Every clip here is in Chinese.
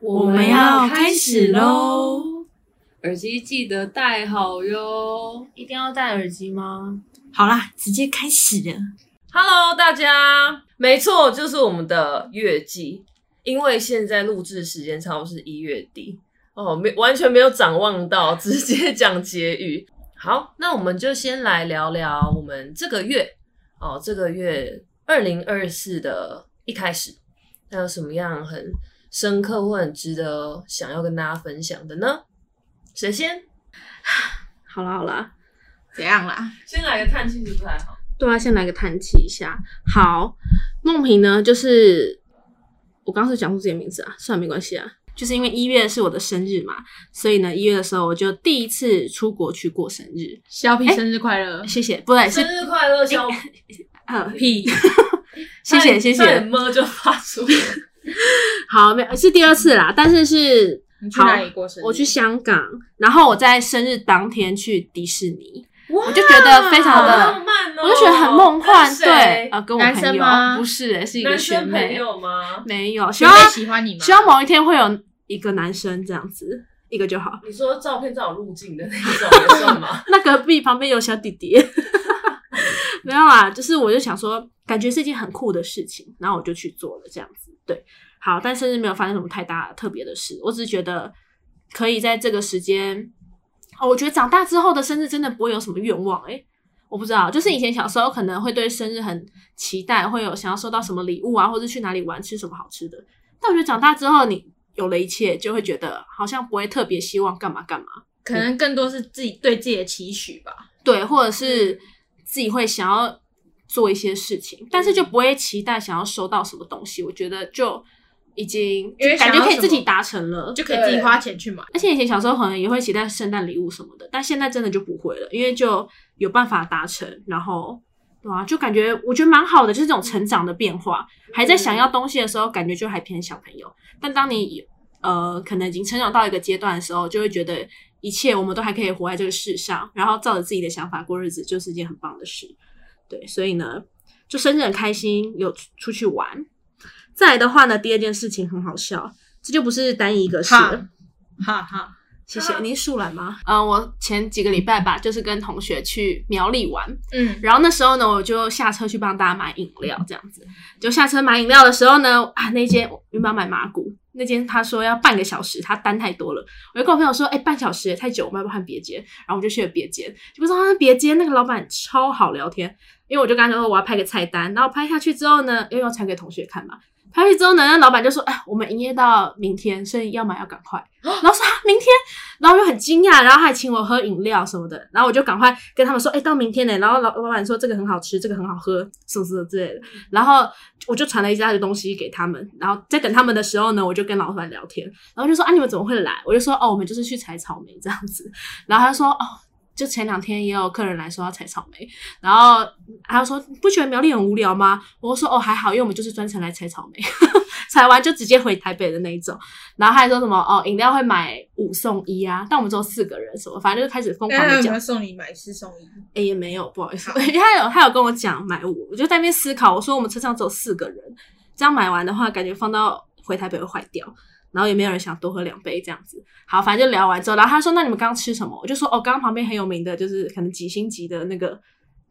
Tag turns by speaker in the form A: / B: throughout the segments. A: 我们要开始喽！
B: 耳机记得戴好哟。
A: 一定要戴耳机吗
C: 好啦，直接开始了。
B: Hello，大家，没错，就是我们的月季，因为现在录制时间差不多是一月底哦，没完全没有展望到，直接讲结语。好，那我们就先来聊聊我们这个月哦，这个月二零二四的一开始，那有什么样很深刻或很值得想要跟大家分享的呢？谁先？
A: 好啦好啦，
C: 怎样啦？
B: 先来个叹气是不太好。
A: 对啊，先来个叹气一下。好，梦萍呢，就是我刚刚是讲出自己的名字啊，算了，没关系啊。就是因为一月是我的生日嘛，所以呢，一月的时候我就第一次出国去过生日。
C: 小皮生日快乐！
A: 谢谢，不对，是
B: 生日快乐，小
A: 呃，
B: 屁！
A: 谢谢谢
B: 差
A: 谢。
B: 点么就发出来。
A: 好，没是第二次啦，但是是
C: 你去
A: 好
C: 哪里过生日？
A: 我去香港，然后我在生日当天去迪士尼，
B: 哇
A: 我就觉得非常
B: 好
C: 啊
A: 的
B: 浪，漫哦
A: 我就觉得很梦幻。
B: 跟谁
A: 对，呃，跟我
C: 男
A: 朋
C: 生
A: 友
C: 吗
A: 不是、欸，是一个
B: 男
A: 学
B: 生朋
A: 妹，
B: 友吗？
A: 没有，希
C: 学
A: 望
C: 妹喜欢你吗？
A: 希望某一天会有一个男生这样子，一个就好。
B: 你说照片照我入境的那一种也算 吗？
A: 那隔壁旁边有小弟弟，没有啦，就是我就想说，感觉是一件很酷的事情，然后我就去做了这样子。对，好，但是没有发生什么太大特别的事，我只是觉得可以在这个时间，哦，我觉得长大之后的生日真的不会有什么愿望诶、我不知道，就是以前小时候可能会对生日很期待，会有想要收到什么礼物啊，或者去哪里玩，吃什么好吃的。但我觉得长大之后，你有了一切，就会觉得好像不会特别希望干嘛干嘛。
C: 可能更多是自己对自己的期许吧。
A: 对，或者是自己会想要做一些事情，但是就不会期待想要收到什么东西。我觉得就已经
C: 因为
A: 感
C: 想
A: 觉
C: 要
A: 可以
C: 什
A: 自己
C: 么
A: 达成了，
C: 就可以自己花钱去买。
A: 而且以前小时候可能也会期待圣诞礼物什么的，但现在真的就不会了，因为就有办法达成，然后对啊，就感觉我觉得蛮好的，就是这种成长的变化。还在想要东西的时候，感觉就还偏小朋友，但当你呃可能已经成长到一个阶段的时候，就会觉得一切我们都还可以活在这个世上，然后照着自己的想法过日子，就是一件很棒的事。对，所以呢，就生日很开心，有出出去玩。再来的话呢，第二件事情很好笑，这就不是单一一个事了。
C: 哈哈哈，
A: 谢 谢。你是树懒吗？嗯、我前几个礼拜吧，就是跟同学去苗栗玩，
C: 嗯，
A: 然后那时候呢，我就下车去帮大家买饮料，这样子。就下车买饮料的时候呢，啊，那间我原本要买麻古，那间他说要半个小时，他单太多了。我就跟我朋友说，哎、半小时也太久，我们要不要换别间？然后我们就去了别间，结果说啊，别间那个老板超好聊天，因为我就跟他说我要拍个菜单，然后拍下去之后呢，因为要传给同学看嘛。拍下去之后呢，那老板就说：“哎，我们营业到明天，所以要买要赶 快。”然后说、啊、明天，然后我就很惊讶，然后还请我喝饮料什么的，然后我就赶快跟他们说，哎、到明天呢。然后老老板说这个很好吃，这个很好喝，什么什么之类的。然后我就传了一大堆东西给他们，然后在等他们的时候呢，我就跟老板聊天，然后就说啊，你们怎么会来？我就说哦，我们就是去采草莓这样子。然后他就说哦。就前两天也有客人来说要采草莓，然后他就说你不觉得苗栗很无聊吗？我就说哦还好，因为我们就是专程来采草莓， 采完就直接回台北的那一种。然后他还说什么哦，饮料会买五送一啊，但我们只有四个人，什么反正就是开始疯狂
C: 那
A: 的
C: 有没
A: 讲
C: 有。送你买四送一？
A: 哎、也没有，不好意思，
C: 好
A: 因为他有他有跟我讲买五，我就在那边思考，我说我们车上只有四个人，这样买完的话，感觉放到回台北会坏掉，然后也没有人想多喝两杯这样子。好，反正就聊完之后，然后他说那你们刚刚吃什么？我就说哦，刚刚旁边很有名的就是可能几星级的那个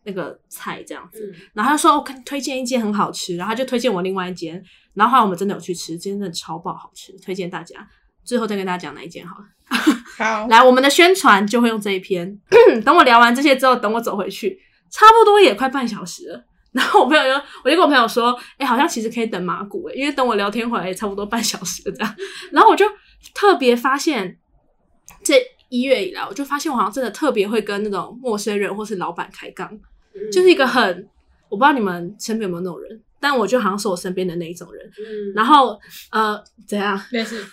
A: 那个菜这样
B: 嗯
A: 子。然后他就说：“我跟你推荐一间很好吃。”然后他就推荐我另外一间。然后后来我们真的有去吃，真的超爆好吃，推荐大家。最后再跟大家讲哪一间好了。
C: 好，
A: 来，我们的宣传就会用这一篇。 等我聊完这些之后，等我走回去，差不多也快半小时了。 然后我朋友就，我就跟我朋友说，哎、好像其实可以等马古、欸，因为等我聊天回来也差不多半小时了这样。 然后我就特别发现，这一月以来，我就发现我好像真的特别会跟那种陌生人或是老板开杠，
B: 嗯
A: 就是一个很，我不知道你们身边有没有那种人，但我就好像是我身边的那一种人。
B: 嗯
A: 然后呃，怎样？
C: 没事。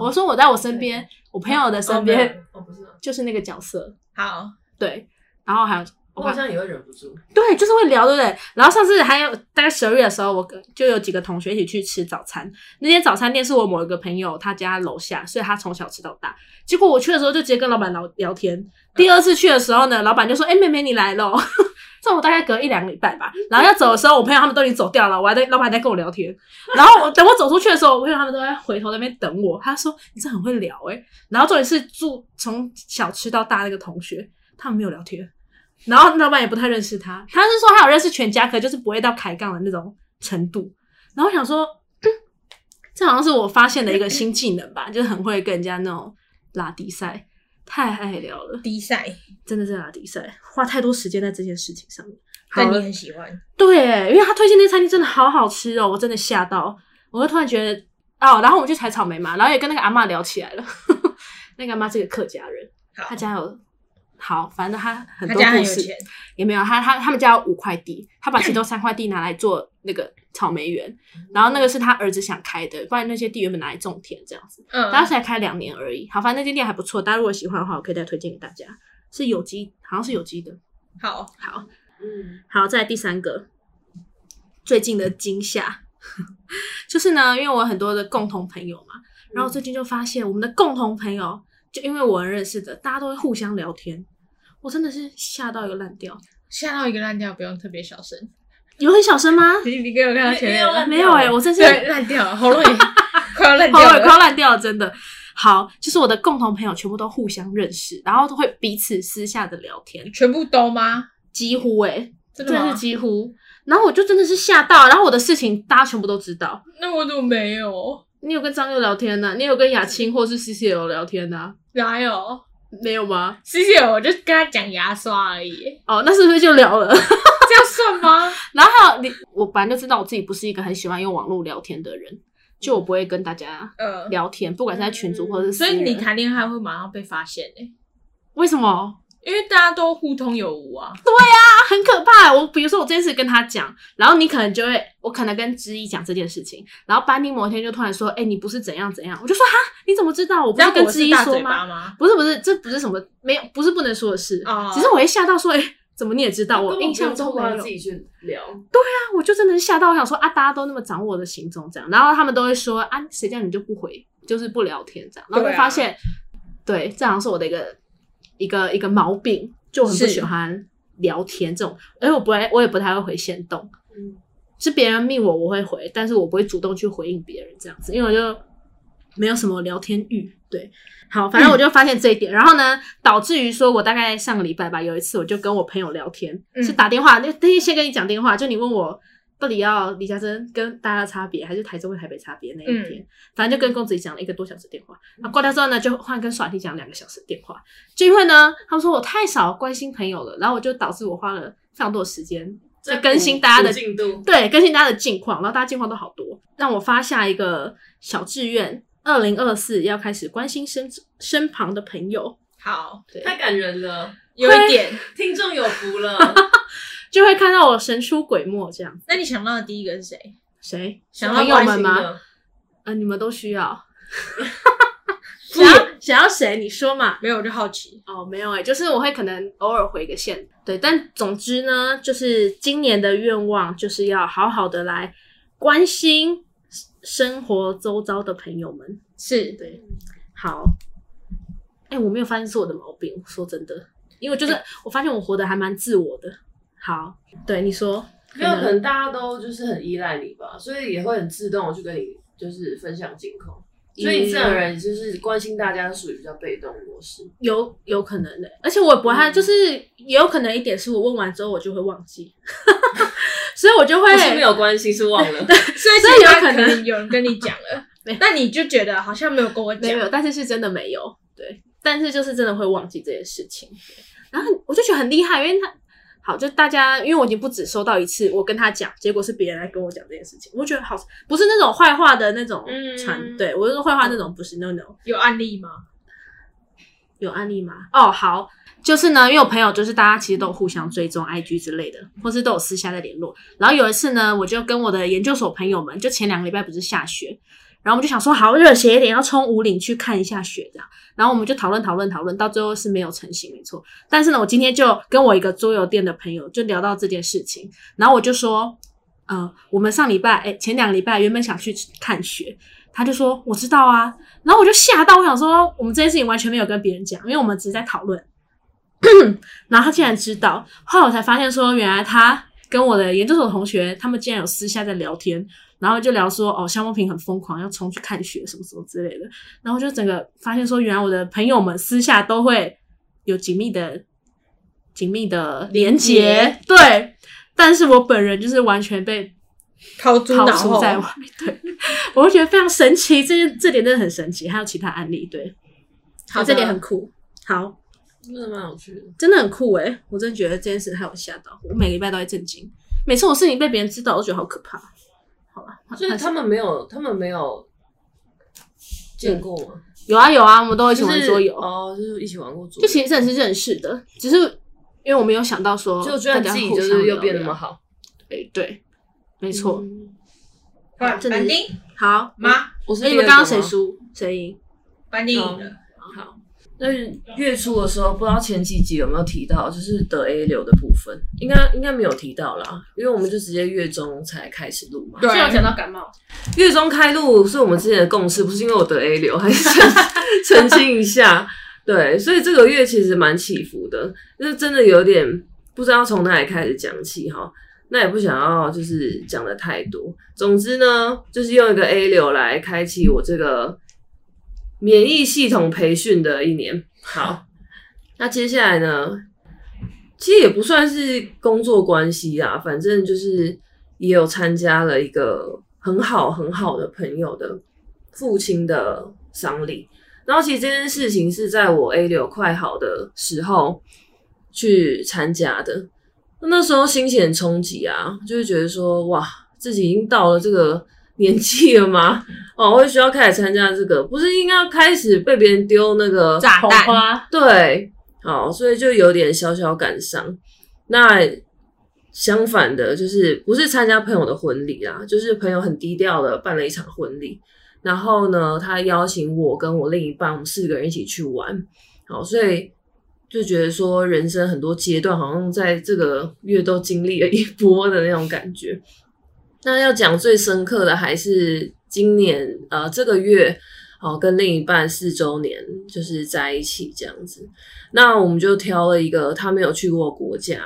A: 我说我在我身边，我朋友的身边，
B: 哦不是，
A: 就是那个角色，
C: 好，
A: 对，然后还有
B: 我好像也会忍不住。
A: 对，就是会聊，对不对？然后上次还有大概十二月的时候，我跟就有几个同学一起去吃早餐。那间早餐店是我某一个朋友他家楼下，所以他从小吃到大。结果我去的时候就直接跟老板聊聊天。第二次去的时候呢，老板就说：“哎、妹妹你来喽。” 这我大概隔一两个礼拜吧。然后要走的时候，我朋友他们都已经走掉了，我还在老板还在跟我聊天。然后我等我走出去的时候，我朋友他们都在回头那边等我。他说：“你真的很会聊诶、然后重点是住从小吃到大那个同学，他们没有聊天，然后老板也不太认识他。他是说他有认识全家，可就是不会到开杠的那种程度。然后我想说，嗯这好像是我发现的一个新技能吧， 就是很会跟人家那种拉低赛，太爱聊了。
C: 低赛，
A: 真的是拉迪赛，花太多时间在这件事情上面。好
C: 但你
A: 了，
C: 很喜欢，
A: 对，因为他推荐那餐厅真的好好吃哦，我真的吓到，我就突然觉得哦，然后我们去采草莓嘛，然后也跟那个阿嬷聊起来了。 那个阿嬷是个客家人，
C: 好
A: 她家有好，反正她很
C: 他
A: 多
C: 家很
A: 故
C: 有
A: 事，
C: 钱，
A: 也没有，他他他们家有五块地，他把其中三块地拿来做那个草莓园，然后那个是他儿子想开的，不然那些地原本拿来种田这样子。
C: 嗯，
A: 当时才开两年而已。好，反正那间店还不错，大家如果喜欢的话，我可以再推荐给大家。是有机，好像是有机的。
C: 好，
A: 好，
B: 嗯，
A: 好，再来第三个，最近的惊吓， 就是呢，因为我有很多的共同朋友嘛，然后最近就发现我们的共同朋友，就因为我认识的，大家都会互相聊天，我真的是吓到一个烂掉。
C: 吓到一个烂掉，不用特别小声。
A: 有很小声吗？
C: 你你给我看到前面
B: 没有烂
C: 了，
A: 没有哎、我真是
C: 对，烂掉了，喉咙 也快要烂
A: 好
C: 掉
A: 快
C: 了。
A: 要烂掉了，真的。好，就是我的共同朋友全部都互相认识，然后都会彼此私下的聊天，
C: 全部都吗？
A: 几乎哎、
C: 真的
A: 真的
C: 吗
A: 是？几乎。然后我就真的是吓到，然后我的事情大家全部都知道。
C: 那我怎么没有？
A: 你有跟张佑聊天呢、你有跟雅青或是 C C L 聊天呢、啊
C: 哪有？
A: 没有吗？
C: 谢谢，我就跟他讲牙刷而已，
A: 哦，那是不是就聊了？
C: 这样算吗？
A: 然后你，我本来就知道我自己不是一个很喜欢用网络聊天的人，就我不会跟大家
C: 嗯，
A: 聊天，不管是在群组或者是啊私
C: 所
A: 人、
C: 以你谈恋爱会马上被发现哎、
A: 为什么？
C: 因为大家都互通有无啊。
A: 很可怕。我比如说我这件事跟他讲，然后你可能就会，我可能跟知一讲这件事情，然后班尼某一天就突然说，哎、你不是怎样怎样，我就说哈，你怎么知道？我不是
C: 这样
A: 跟
C: 我
A: 知
C: 是
A: 一
C: 大
A: 说
C: 嘴
A: 吗？
C: 巴吗？
A: 不是不是，这不是什么没有，不是不能说的事，
C: 哦
A: 只是我一吓到说，哎、怎么你也知道？
B: 根
A: 我
B: 本
A: 印象
B: 不用
A: 中没
B: 透过他
A: 有
B: 自，己去聊，
A: 那我就真的是吓到，我想说啊，大家都那么掌握我的行踪这样，然后他们都会说啊，谁叫你就不回，就是不聊天这样，然后
C: 对
A: 就
C: 啊
A: 发现，对，这好像是我的一个一个一个毛病，就我很不
C: 是
A: 喜欢聊天这种，而且我不会，我也不太会回线动，
B: 嗯，
A: 是别人密我我会回，但是我不会主动去回应别人这样子，因为我就没有什么聊天欲。对，好，反正我就发现这一点，然后呢，导致于说我大概上个礼拜吧，有一次我就跟我朋友聊天，
C: 嗯
A: 是打电话，那那天先跟你讲电话，就你问我到底要李嘉珍跟大家的差别，还是台中跟台北差别那一天，反正就跟公子怡讲了一个多小时电话，那挂掉之后呢，就换跟耍弟讲两个小时电话，就因为呢，他们说我太少关心朋友了，然后我就导致我花了非常多的时间。在更新大家的
B: 补进度，
A: 对，更新大家的近况，然后大家近况都好多，让我发下一个小志愿，二零二四要开始关心身身旁的朋友，
C: 好，
A: 对，
B: 太感人了，
C: 有一点。
B: 听众有福 了，
A: 就会看到我神出鬼没这样。
C: 那你想到的第一个是谁？
A: 谁？
C: 想
A: 朋
C: 要
A: 友
C: 关
A: 们
C: 心
A: 吗？
B: 的？
A: 呃，你们都需要。
C: 不
A: 想要想要谁？你说嘛。
C: 没有，我就好奇。
A: 哦，没有哎、就是我会可能偶尔回个线，对，但总之呢，就是今年的愿望就是要好好的来关心生活周遭的朋友们。
C: 是
A: 对，好。哎、我没有发现是我的毛病，说真的，因为
B: 哎
A: 就是、我发现我活得还蛮自我的。好，对你说，
B: 没有，
A: 可
B: 可能大家都就是很依赖你吧，所以也会很自动的去跟你就是分享近况。所以你这种人就是关心大家，属于比较被动模式。
A: 有有可能的、而且我也不会，
B: 嗯
A: 就是也有可能一点是我问完之后我就会忘记， 所以我就会
B: 不是没有关系，是 忘了。
C: 所以
A: 所以
C: 其
A: 有
C: 他
A: 可能
C: 有人跟你讲了
A: 没，
C: 但你就觉得好像没有跟我
A: 没
C: 讲。
A: 有，但是是真的没有。对，但是就是真的会忘记这件事情。对然后我就觉得很厉害，因为他好，就大家，因为我已经不止收到一次，我跟他讲，结果是别人来跟我讲这件事情，我觉得好，不是那种坏话的那种
B: 嗯
A: 传，对我是说坏话那种，不是 no no。
C: 有案例吗？
A: 有案例吗？哦，好，就是呢，因为我朋友就是大家其实都有互相追踪 IG 之类的，或是都有私下在联络。然后有一次呢，我就跟我的研究所朋友们，就前两个礼拜不是下雪，然后我们就想说好热血一点，要冲五岭去看一下雪这样。然后我们就讨论讨论讨论，到最后是没有成型，没错。但是呢，我今天就跟我一个桌游店的朋友就聊到这件事情，然后我就说，呃，我们上礼拜哎前两个礼拜原本想去看雪，他就说我知道啊，然后我就吓到，我想说我们这件事情完全没有跟别人讲，因为我们只是在讨论。 然后他竟然知道，后来我才发现说，原来他跟我的研究所同学，他们竟然有私下在聊天，然后就聊说，哦，肖梦平很疯狂，要冲去看雪什么什么之类的。然后就整个发现说，原来我的朋友们私下都会有紧密的、紧密的连
B: 连
A: 接，对。但是我本人就是完全被
C: 抛诸
A: 抛
C: 脑
A: 出
C: 后，
A: 在外，对，我会觉得非常神奇，这这点真的很神奇。还有其他案例，对，
B: 好的
A: 这点很酷，好，
B: 真的蛮有趣的。
A: 真的很酷诶、我真的觉得这件事害我吓到，我每个礼拜都在震惊，每次我事情被别人知道，我都觉得好可怕。好吧，
B: 就是他们没有，他们没有见过吗？
A: 有啊有啊，我们都一起
B: 就
A: 玩
B: 是
A: 桌游，
B: 哦，就是一起玩过
A: 就
B: 桌游，
A: 其实真的是认识的，只是因为我没有想到说，
B: 就觉得自己就是又变那么，好，
A: 对对，没错。
B: 嗯
C: 快
A: 真的
C: 板丁
A: 好，
C: 妈，
B: 我是
A: 哎，你们刚刚谁输谁赢？
C: 板丁赢了，
B: 好，那月初的时候，不知道前几集有没有提到，就是得 A 流的部分，应该应该没有提到啦，因为我们就直接月中才开始录嘛。
C: 对是有讲
A: 到感冒，
B: 月中开录是我们之前的共识，不是因为我得 A 流，还是澄清一下。 对，所以这个月其实蛮起伏的，就是真的有点不知道从哪里开始讲起哈。那也不想要就是讲的太多。总之呢，就是用一个 A 流来开启我这个免疫系统培训的一年。好，那接下来呢，其实也不算是工作关系啦，反正就是也有参加了一个很好很好的朋友的父亲的丧礼。然后其实这件事情是在我 A 流快好的时候去参加的，那时候心情很冲击啊，就是觉得说哇，自己已经到了这个年纪了吗？哦，会需要开始参加这个，不是应该要开始被别人丢那个
C: 炸
A: 红
C: 蛋
A: 花，
B: 对，好，所以就有点小小感伤。那相反的，就是不是参加朋友的婚礼啦，就是朋友很低调的办了一场婚礼，然后呢，他邀请我跟我另一半，我们四个人一起去玩。好，所以就觉得说，人生很多阶段好像在这个月都经历了一波的那种感觉。那要讲最深刻的还是今年呃这个月，哦跟另一半四周年就是在一起这样子。那我们就挑了一个他没有去过的国家，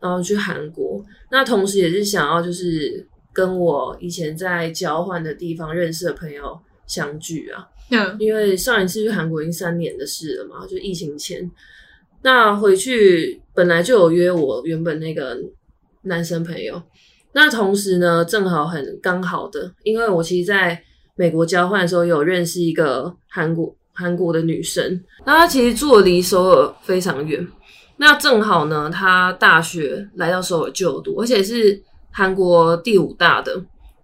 B: 然后去韩国。那同时也是想要就是跟我以前在交换的地方认识的朋友相聚啊。
C: 嗯，
B: 因为上一次去韩国已经三年的事了嘛，就疫情前。那回去本来就有约我原本那个男生朋友，那同时呢，正好很刚好的，因为我其实在美国交换的时候有认识一个韩国韩国的女生，那她其实住的离首尔非常远，那正好呢，她大学来到首尔就读，而且是韩国第五大的，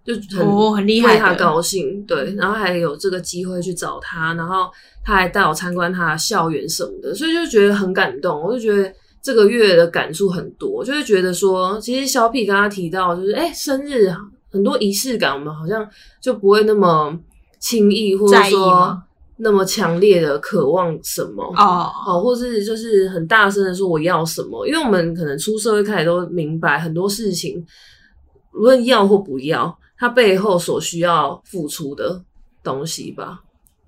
B: 就很、
C: 哦很厉
B: 为
C: 害
B: 他
C: 的嗯
B: 高兴，对，然后还有这个机会去找他，然后他还带我参观他的校园什么的，所以就觉得很感动。我就觉得这个月的感触很多，就会觉得说，其实小品刚刚提到，就是哎、诶生日啊很多仪式感，我们好像就不会那么轻易，或者
C: 在意
B: 说
C: 吗
B: 那么强烈的渴望什么
C: 哦，
B: 哦，或是就是很大声的说我要什么，因为我们可能出社会开始都明白很多事情，无论要或不要，它背后所需要付出的东西吧，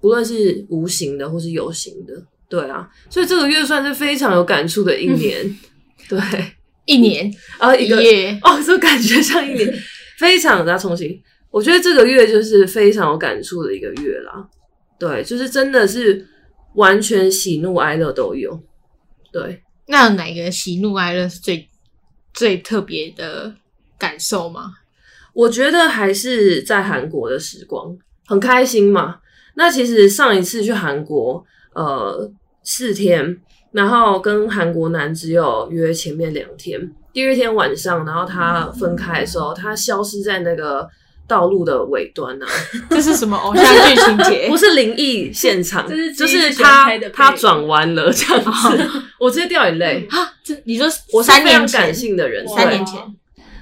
B: 不论是无形的或是有形的，对啊，所以这个月算是非常有感触的一年， 对，
C: 一年
B: 然后
C: 一
B: 一个
C: 夜，
B: 哦，这感觉像一年，非常的重新。我觉得这个月就是非常有感触的一个月啦，对，就是真的是完全喜怒哀乐都有，对，
C: 那有哪个喜怒哀乐是最最特别的感 受吗？
B: 我觉得还是在韩国的时光很开心嘛。那其实上一次去韩国，呃，四天，然后跟韩国男只有约前面两天，第二天晚上，然后他分开的时候，他消失在那个道路的尾端啊，
C: 这是 什么偶像剧情节
B: 不？是灵异现 场，
A: 这是
B: 就
A: 第一
B: 是
A: 次
B: 他
A: 拍的
B: 他
A: 配哦嗯
B: 转弯了这样子，我直接掉眼泪。
C: 啊，这你说
B: 我是
C: 三
B: 非常
C: 年
B: 感
C: 前，
B: 性的人，
C: 三
B: 对
C: 年前，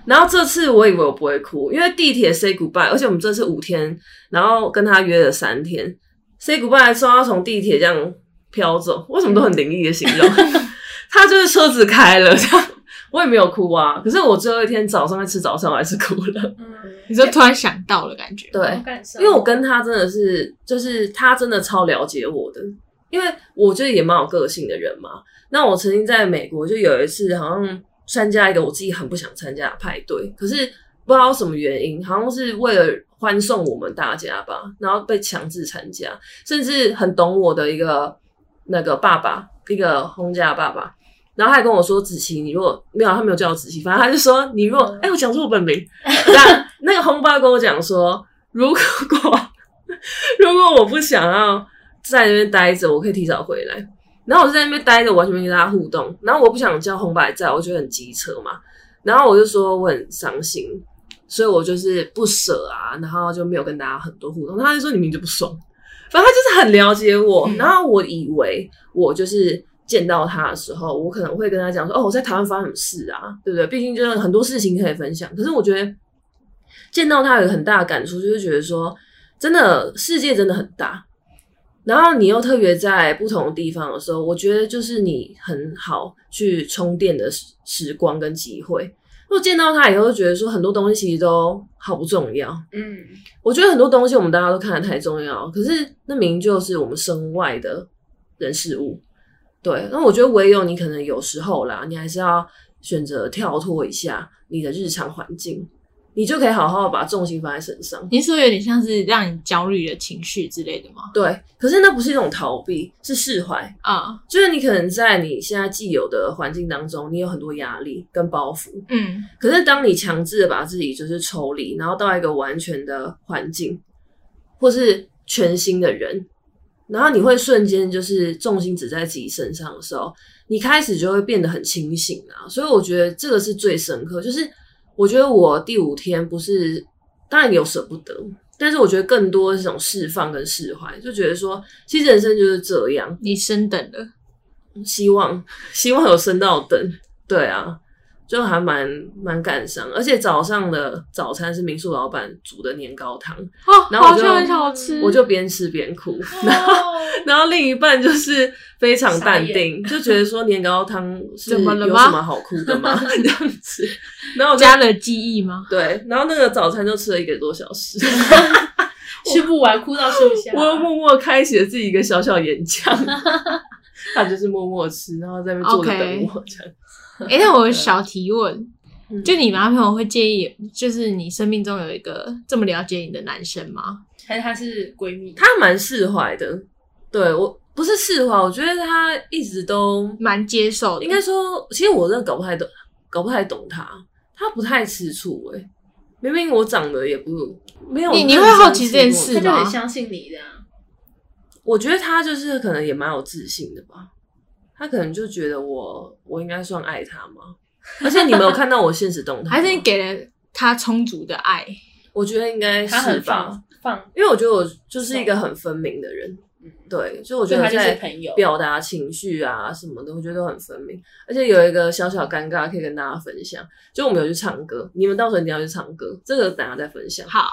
B: 然后这次我以为我不会哭，因为地铁 say goodbye，而且我们这次五天，然后跟他约了三天，say goodbye 说要从地铁这样飘走，为什么都很灵异的形容？ 他就是车子开了，这样我也没有哭啊。可是我最后一天早上在吃早餐，我还是哭了。
A: 嗯，
C: 你说突然想到了感觉，
B: 对，
A: 感受
B: 因为我跟他真的是，就是他真的超了解我的，因为我觉得也蛮有个性的人嘛。那我曾经在美国就有一次，好像参加一个我自己很不想参加的派对，可是不知道什么原因，好像是为了欢送我们大家吧，然后被强制参加，甚至很懂我的一个那个爸爸，一个轰家爸爸。然后他还跟我说：“子琪，你如果没有，他没有叫我子琪，反正他就说你如果……哎、我讲错我本名。那那个红爸跟我讲说，如果如果我不想要在那边待着，我可以提早回来。然后我就在那边待着，我完全没跟大家互动。然后我不想叫红白在，我觉得很机车嘛。然后我就说我很伤心，所以我就是不舍啊，然后就没有跟大家很多互动。他就说你明明就不爽，反正他就是很了解我。
C: 嗯
B: 然后我以为我就是见到他的时候，我可能会跟他讲说，哦，我在台湾发生什么事啊，对不对？毕竟就是很多事情可以分享。可是我觉得见到他有一个很大的感触，就是觉得说，真的世界真的很大。然后你又特别在不同的地方的时候，我觉得就是你很好去充电的时时光跟机会。如果见到他以后，就觉得说很多东西其实都好不重要，
A: 嗯，
B: 我觉得很多东西我们大家都看得太重要，可是那明明就是我们身外的人事物。对，那我觉得唯有你可能有时候啦，你还是要选择跳脱一下你的日常环境，你就可以好好地把重心放在身上。
C: 你是说有点像是让你焦虑的情绪之类的吗？
B: 对，可是那不是一种逃避，是释怀。
C: 啊，
B: 就是你可能在你现在既有的环境当中，你有很多压力跟包袱，
C: 嗯，
B: 可是当你强制的把自己就是抽离，然后到一个完全的环境，或是全新的人，然后你会瞬间就是重心只在自己身上的时候，你开始就会变得很清醒啊。所以我觉得这个是最深刻，就是我觉得我第五天不是，当然有舍不得，但是我觉得更多是一种释放跟释怀，就觉得说，其实人生就是这样，
C: 你升等了，
B: 希望希望有升到等，对啊，就还蛮蛮感伤。而且早上的早餐是民宿老板煮的年糕汤，
C: 哦，
B: 然后我
C: 好
B: 就
C: 像很好 吃，
B: 我就边吃边哭。
C: 然后
B: 然后另一半就是非常淡
A: 傻
B: 定，就觉得说年糕汤是有
C: 怎么了吗
B: 什么好哭的吗？ 这样子，然后我就
C: 加了记忆 吗？
B: 对，然后那个早餐就吃了一个多小 时，
A: 吃不完，哭到吃不下。
B: 我 又默默开启了自己一个小小演 讲，他就是默默吃，然后在那边坐着
C: OK
B: 等我这样。
C: 哎、那我有小提问
B: 嗯，
C: 就你男朋友会介意，就是你生命中有一个这么了解你的男生吗？
A: 还哎是她是闺蜜，
B: 她蛮释怀的，对我不是释怀，我觉得她一直都
C: 蛮接受的，
B: 应该说，其实我真的搞不太懂，搞不太懂她，她不太吃醋哎、明明我长得也不没有
C: 你
B: 认
C: 你
B: 真
C: 会好奇这件
B: 吃过
C: 事
A: 她
C: 是
A: 就
C: 吗
A: 很相信你的啊。
B: 我觉得她就是可能也蛮有自信的吧，她可能就觉得我我应该算爱她吗？而且你们有看到我现实动态吗，
C: 还是你给了他充足的爱？
B: 我觉得应该
A: 她
B: 是
A: 很
B: 吧，
A: 放放，
B: 因为我觉得我就是一个很分明的人，
A: 嗯
B: 对，所以我觉
A: 所以
B: 得
A: 她就是
B: 在
A: 朋友。
B: 表达情绪啊什么的，我觉得都很分明。而且有一个小小尴尬可以跟大家分享，就我们有去唱歌，你们到时候一定要去唱歌，这个等下再分享。
C: 好，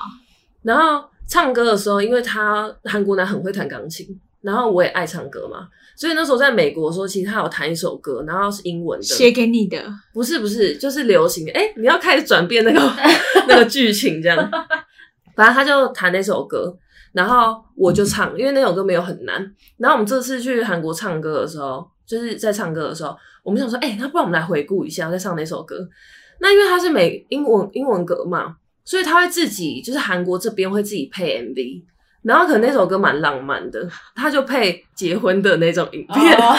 B: 然后唱歌的时候，因为他韩国男很会弹钢琴，然后我也爱唱歌嘛，所以那时候在美国的时候，其实他有弹一首歌，然后是英文
C: 写
B: 的，
C: 给你 的，
B: 不是不是，就是流行的。哎、你要开始转变那个 那个剧情这样。反正他就弹那首歌，然后我就唱，因为那首歌没有很难。然后我们这次去韩国唱歌的时候，就是在唱歌的时候，我们想说，哎、那不然我们来回顾一下在唱哪首歌。那因为它是美英文英文歌嘛，所以他会自己就是韩国这边会自己配 MV，然后可能那首歌蛮浪漫的，他就配结婚的那种影 片。
A: 哦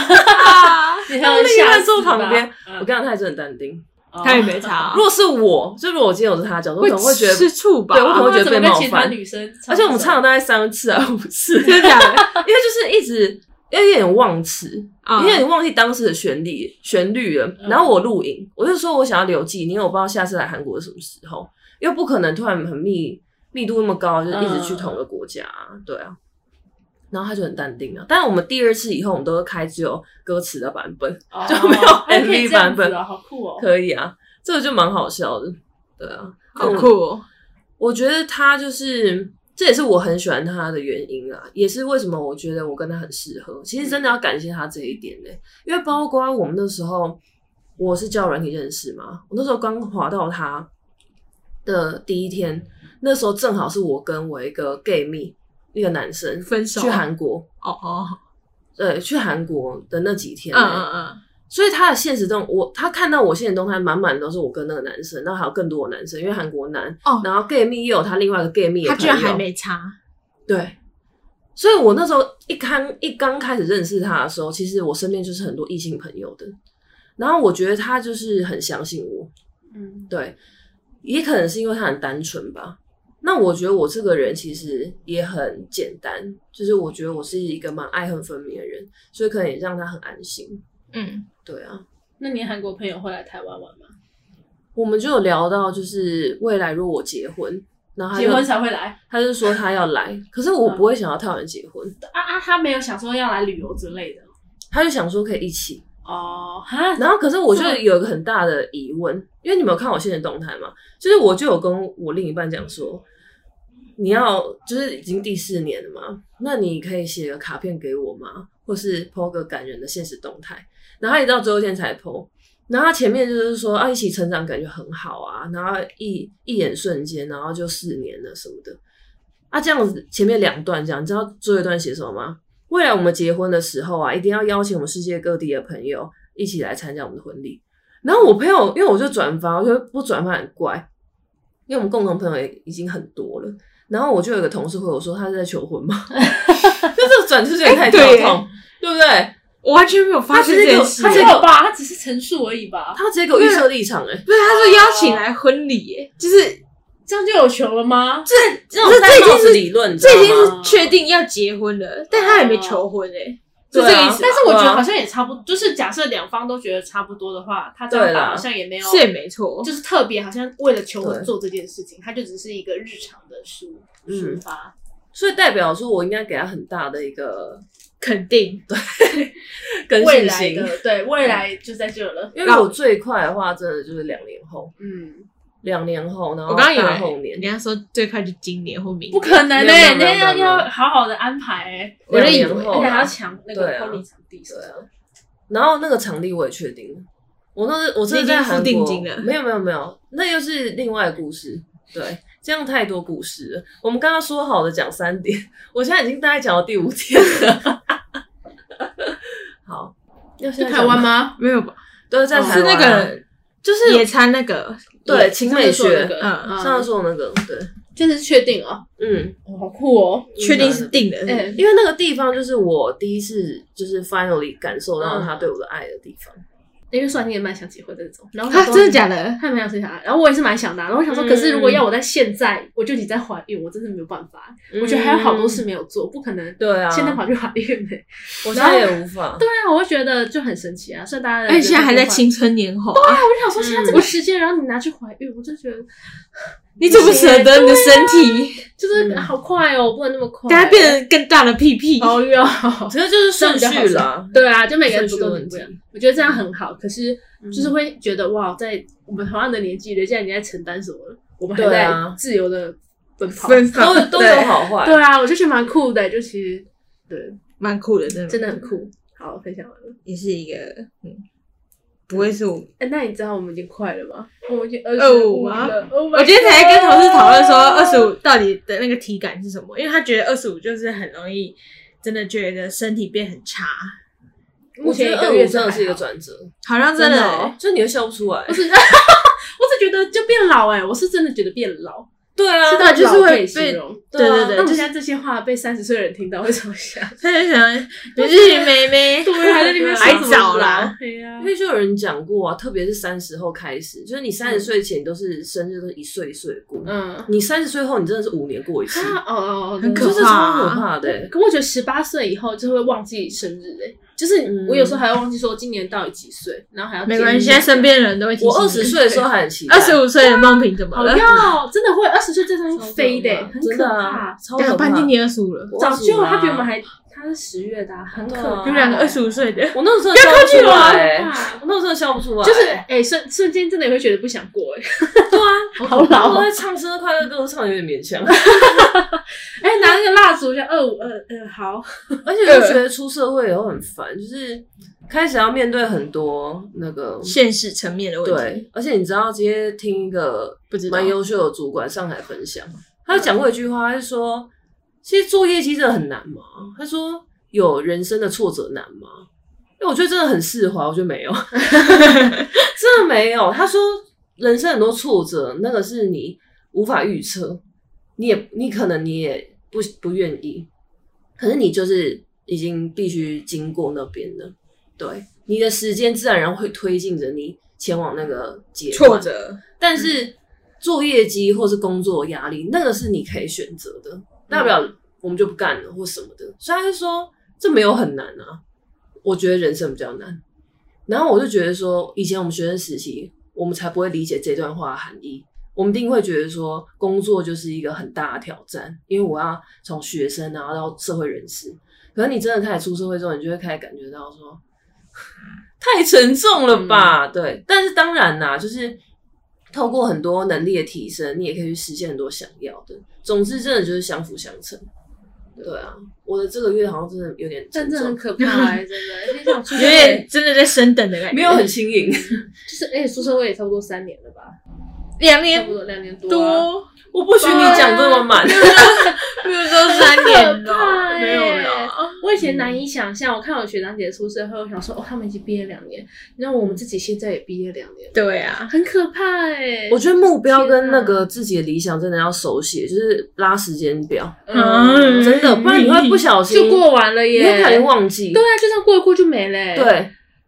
A: 你还有
B: 另外
A: 下次
B: 坐旁
A: 吧
B: 边，
A: 嗯
B: 我跟他还是很淡定。
A: 哦
C: 他也没差、
B: 如果是我，就如果我今天我是他的角色，我可能会觉得
C: 吃醋吧？
B: 对我可能会觉得
A: 啊怎么
B: 被
A: 跟
B: 冒
A: 其他
B: 犯
A: 女生唱这首，
B: 而且我们唱了大概三次啊五 次，
C: 真的假的？
B: 因为就是一直因为有点忘词，
C: 啊
B: 因为你忘记当时的旋律旋律了。
A: 嗯
B: 然后我录影，我就说我想要留纪念，因为我不知道下次来韩国是什么时候，因为不可能突然很密密度那么高，就是一直
C: 嗯
B: 去同一个国家、啊，对啊。然后他就很淡定啊，但是我们第二次以后，我们都会开只有歌词的版本，
A: 哦
B: 就没有
A: 还可以
B: MV
A: 这样
B: 版
A: 子
B: 本
A: 哦，好酷哦！
B: 可以啊，这个就蛮好笑的，对啊，
C: 好酷哦！
B: 我觉得他就是，这也是我很喜欢他的原因啊，也是为什么我觉得我跟他很适合。其实真的要感谢他这一点呢、因为包括我们那时候，我是教软体认识嘛，我那时候刚滑到他的第一天，那时候正好是我跟我一个 gay 蜜，一个男生
C: 分手
B: 去韩国，
C: 哦哦，
B: 对，去韩国的那几天、
C: 嗯嗯嗯，
B: 所以他的现实中，我他看到我现实动态满满都是我跟那个男生，然后还有更多的男生，因为韩国男，
C: 哦
B: 然后 gay 蜜也有他另外一个 gay 蜜的
C: 他
B: 朋友，
C: 居然还没查，
B: 对，所以我那时候一刚一刚开始认识他的时候，其实我身边就是很多异性朋友的，然后我觉得他就是很相信我，
A: 嗯，
B: 对，也可能是因为他很单纯吧。那我觉得我这个人其实也很简单，就是我觉得我是一个蛮爱恨分明的人，所以可能也让他很安心。
C: 嗯，
B: 对啊，
A: 那你韩国朋友会来台湾玩吗？
B: 我们就有聊到，就是未来如果我结婚，然后他就
A: 结婚嗯才会来
B: 他就说他要来，可是我不会想要跳人结婚，
A: 啊啊！他没有想说要来旅游之类的
B: 他就想说可以一起。
A: 哦，哈，
B: 然后可是我就是
A: 吗
B: 有一个很大的疑问，因为你们有看我现在动态嘛，就是我就有跟我另一半讲说，你要就是已经第四年了嘛，那你可以写个卡片给我吗？或是 PO 个感人的现实动态，然后他也到最后一天才 PO。然后他前面就是说啊，一起成长感觉很好啊，然后一一眼瞬间，然后就四年了什么的，啊，这样子前面两段这样，你知道最后一段写什么吗？未来我们结婚的时候啊，一定要邀请我们世界各地的朋友一起来参加我们的婚礼。然后我朋友，因为我就转发，我觉得不转发很怪，因为我们共同朋友也已经很多了。然后我就有一个同事回我说，他是在求婚吗？ 就是转出去也太跳
C: 哎对耶
B: 痛，对不对？
C: 我完全没有发
B: 他
C: 现
B: 直接
C: 这件
B: 就
C: 事
A: 他
B: 他。
A: 没
B: 这
A: 有吧？他只是陈述而已吧？
B: 他直接给我预设立场、欸，哎，
C: 不是，他说邀请来婚礼耶，就是
A: 这样就有球了吗？
C: 这
B: 这
C: 不
B: 种
C: 是
B: 戴
C: 这
B: 帽
C: 已
B: 子
C: 经是
B: 理论，你知道
C: 这已经
B: 吗？
C: 是确定要结婚了，但他还没求婚哎，是这
B: 对
C: 个
B: 啊
C: 意思吧？
A: 但是我觉
B: 对
A: 得
B: 啊
A: 好像也差不多，就是假设两方都觉得差不多的话，他这
B: 对
A: 样
B: 啦
A: 打好像也没有，
C: 是也没错，
A: 就是特别好像为了求
B: 对
A: 婚做这件事情，他就只是一个日常的抒
B: 嗯
A: 抒发。
B: 所以代表说我应该给他很大的一个
C: 肯定
B: 跟
A: 未
B: 信
A: 来
B: 心，
A: 的对未来就在这了，
B: 因为我最快的话，真的就是两年后，
A: 嗯，
B: 两年后，然后
C: 我刚刚以
B: 哦大
C: 为
B: 后
C: 人
B: 年，
C: 家说最快就今年或明年，
A: 不可能
B: 没有
A: 哎，
B: 没
A: 那
B: 有
A: 要
B: 没有没
A: 要
B: 有
A: 好好的安排哎，
C: 我就以为
B: 两年
A: 而
B: 后
A: 且还要
B: 啊，
A: 抢那
B: 对
A: 个
B: 啊
A: 婚礼场地什么
B: 对啊
A: 的。
B: 然后那个场地我也确定了，我那是我真的在韩国
C: 你已经付定金了
B: 没有没有没有，那又是另外的故事，对，这样太多故事了。我们刚刚说好的讲三点，我现在已经大概讲到第五点了， 好，要现在讲吗？
A: 吗？
C: 没有吧？
B: 对，在台
C: 哦是
B: 湾
C: 那
B: 啊、
C: 个
B: 就是
C: 野餐那个，
B: 对晴美学，
C: 嗯，
B: 上次说的那个，对，
A: 这是确定哦，
B: 嗯，
A: 哦好酷哦！
C: 确定是定的，
A: 哎，
B: 因为那个地方就是我第一次就是 finally 感受
C: 嗯
B: 到他对我的爱的地方。
A: 因为算你也蛮想结婚的那种，然后
C: 啊
A: 他，说
C: 真的假的？
A: 他也蛮想生小孩，然后我也是蛮想的啊、然后我想说，
B: 嗯
A: 可是如果要我在现在，我就已经在怀孕，我真的没有办法。我觉得还有好多事没有做，不可能
B: 对啊，
A: 现在跑去怀孕的、
B: 我现在也无法。
A: 对啊，我会觉得就很神奇啊！虽然大家，
C: 而且哎现在还嗯在，青春年华，
A: 我就想说现在这个时间，然后你拿去怀孕，我就觉得
C: 你怎么舍得你的身 体？
A: 就是
B: 嗯
A: 好快哦，不能那么快，
C: 大家变成更大的屁屁，
A: 好哟。
B: 其实就是顺序啦，
A: 对啊，就每个人
B: 顺
A: 主
B: 序
A: 动
B: 问
A: 不一样
B: 题，
A: 我觉得这样很好。可是
B: 嗯
A: 就是会觉得哇，在我们同样的年纪，人家已经在承担什么了，我们还
B: 对
A: 在
B: 啊
A: 自由的奔跑。
C: 分
B: 都都有好坏。
A: 对啊，我就觉得蛮酷的，就其实对，
C: 蛮酷的，真的
A: 真的很酷。好，分享完了。
C: 也是一个，嗯，不会是我。
A: 哎、那你知道我们已经快了吗？我们已经二十
C: 25
A: 五
C: 吗
A: 了。Oh my
C: 我今天才跟
A: God
C: 同事讨 论说，二十五到底的那个体感是什么？因为他觉得二十五就是很容易，真的觉得身体变很差，
A: 目
B: 我
A: 前
B: 觉
A: 一
B: 得
A: 个
B: 二
A: 月
B: 五真的是一
A: 还
B: 个
A: 好，
B: 转折，
C: 好像真的、
B: 哦，就你会笑不出来
A: 不。是，我 只觉得就变老哎、我是真的觉得变老，
B: 对啊
A: 是，
C: 的就是会
A: 老可以形
C: 被
A: 容。
C: 对对
B: 啊
C: 对
A: 那我们现在这些话被三十岁的人听到会怎么 想？
C: 他就想，你是妹 妹，
A: 对啊，还在那边说
C: 还
A: 什么
C: 早
A: 老
C: 啦，，
A: 对呀
B: 因为就有人讲过啊，特别是三十后开始，就是你三十岁前都是生日都是一岁一岁过，
A: 嗯，啊
B: 你三十岁后你真的是五年过一次，
A: 哦哦哦，
C: 很
B: 就是
C: 可怕
B: 超
C: 啊
B: 可怕的欸。
A: 可我觉得十八岁以后就会忘记生日哎、就是
B: 嗯
A: 我有时候还会忘记说今年到底几岁，然后还要
C: 没
A: 记
C: 关系，现在身边人都会提醒
B: 我二十岁的时候还很期待，
C: 二十五岁的梦萍怎么
A: 好
C: 了？
A: 要真的会二十岁这张飞的、欸
B: 超
A: 很
B: 可怕真
A: 可
B: 的啊
A: 怕。，
B: 超
C: 呀
B: 可怕
C: 潘。今年二十五啊了，
B: 我
A: 早就
B: 25
A: 他比我
B: 啦
A: 们还，他是十月的啊、很可
B: 对啊
A: 怕。
C: 你们两个二十五岁的，
B: 我那时候真的笑不出来欸，
A: 不要客气我
B: 我那时候真的笑不出来，
A: 就是哎、瞬瞬间真的也会觉得不想过哎、
B: 对啊，
A: 好老
B: 我
A: 哦
B: 在唱生日快乐歌唱得有点勉强，
A: 哎、拿那个蜡烛就二五二呃好，
B: 而且就觉得出社会以后很烦，就是开始要面对很多那个
C: 现实层面的问题，
B: 对，而且你知道，今天听一个
C: 不知道嗯
B: 蛮优秀的主管上台分享，他讲过一句话，他就说，其实做业绩真的很难嘛。他说，有人生的挫折难吗？因为我觉得真的很释怀，我觉得 没有， 真的没有。他说人生很多挫折，那个是你无法预测，你也你可能你也不不愿意，可是你就是已经必须经过那边了，对，你的时间自然而然会推进着你前往那个阶段
C: 挫折，嗯
B: 但是做业绩或是工作压力，那个是你可以选择的，大不
C: 嗯
B: 了我们就不干了或什么的。所以他就说这没有很难啊，我觉得人生比较难。然后我就觉得说，以前我们学生时期，我们才不会理解这段话的含义。我们一定会觉得说，工作就是一个很大的挑战，因为我要从学生然后到社会人士。可是你真的开始出社会之后，你就会开始感觉到说，太沉重了吧？对，但是当然啦，就是透过很多能力的提升，你也可以去实现很多想要的。总之，真的就是相辅相成。对啊，我的这个月好像真的有点
A: 但
B: 沉
A: 这很
B: 重，
A: 可怕、欸，真的。而且想出
C: 有
A: 社会，
C: 点真的在升等的感 觉，
B: 没有很轻盈。
A: 就是而且出社会也差不多三年了吧，
C: 两
A: 差
C: 年
A: 不多两年多啊、
C: 多，
B: 我不许你讲这么满。
C: 比如说三年
A: 很可怕
C: 了，
A: 欸
C: 没有了，
A: 我以
B: 嗯
A: 前难以想象，我看我学长姐出社会，我想说哦，他们已经毕业两年，然后我们自己现在也毕业两年，
C: 对啊，
A: 很可怕哎、
B: 我觉得目标跟那个自己的理想真的要手写，就是拉时间表，
A: 得
C: 嗯
B: 啊真的，不然你会不小心
A: 就过完了
B: 你会
A: 耶，
B: 不小心忘记。
A: 对啊，就这样过一过就没了、欸。
B: 对，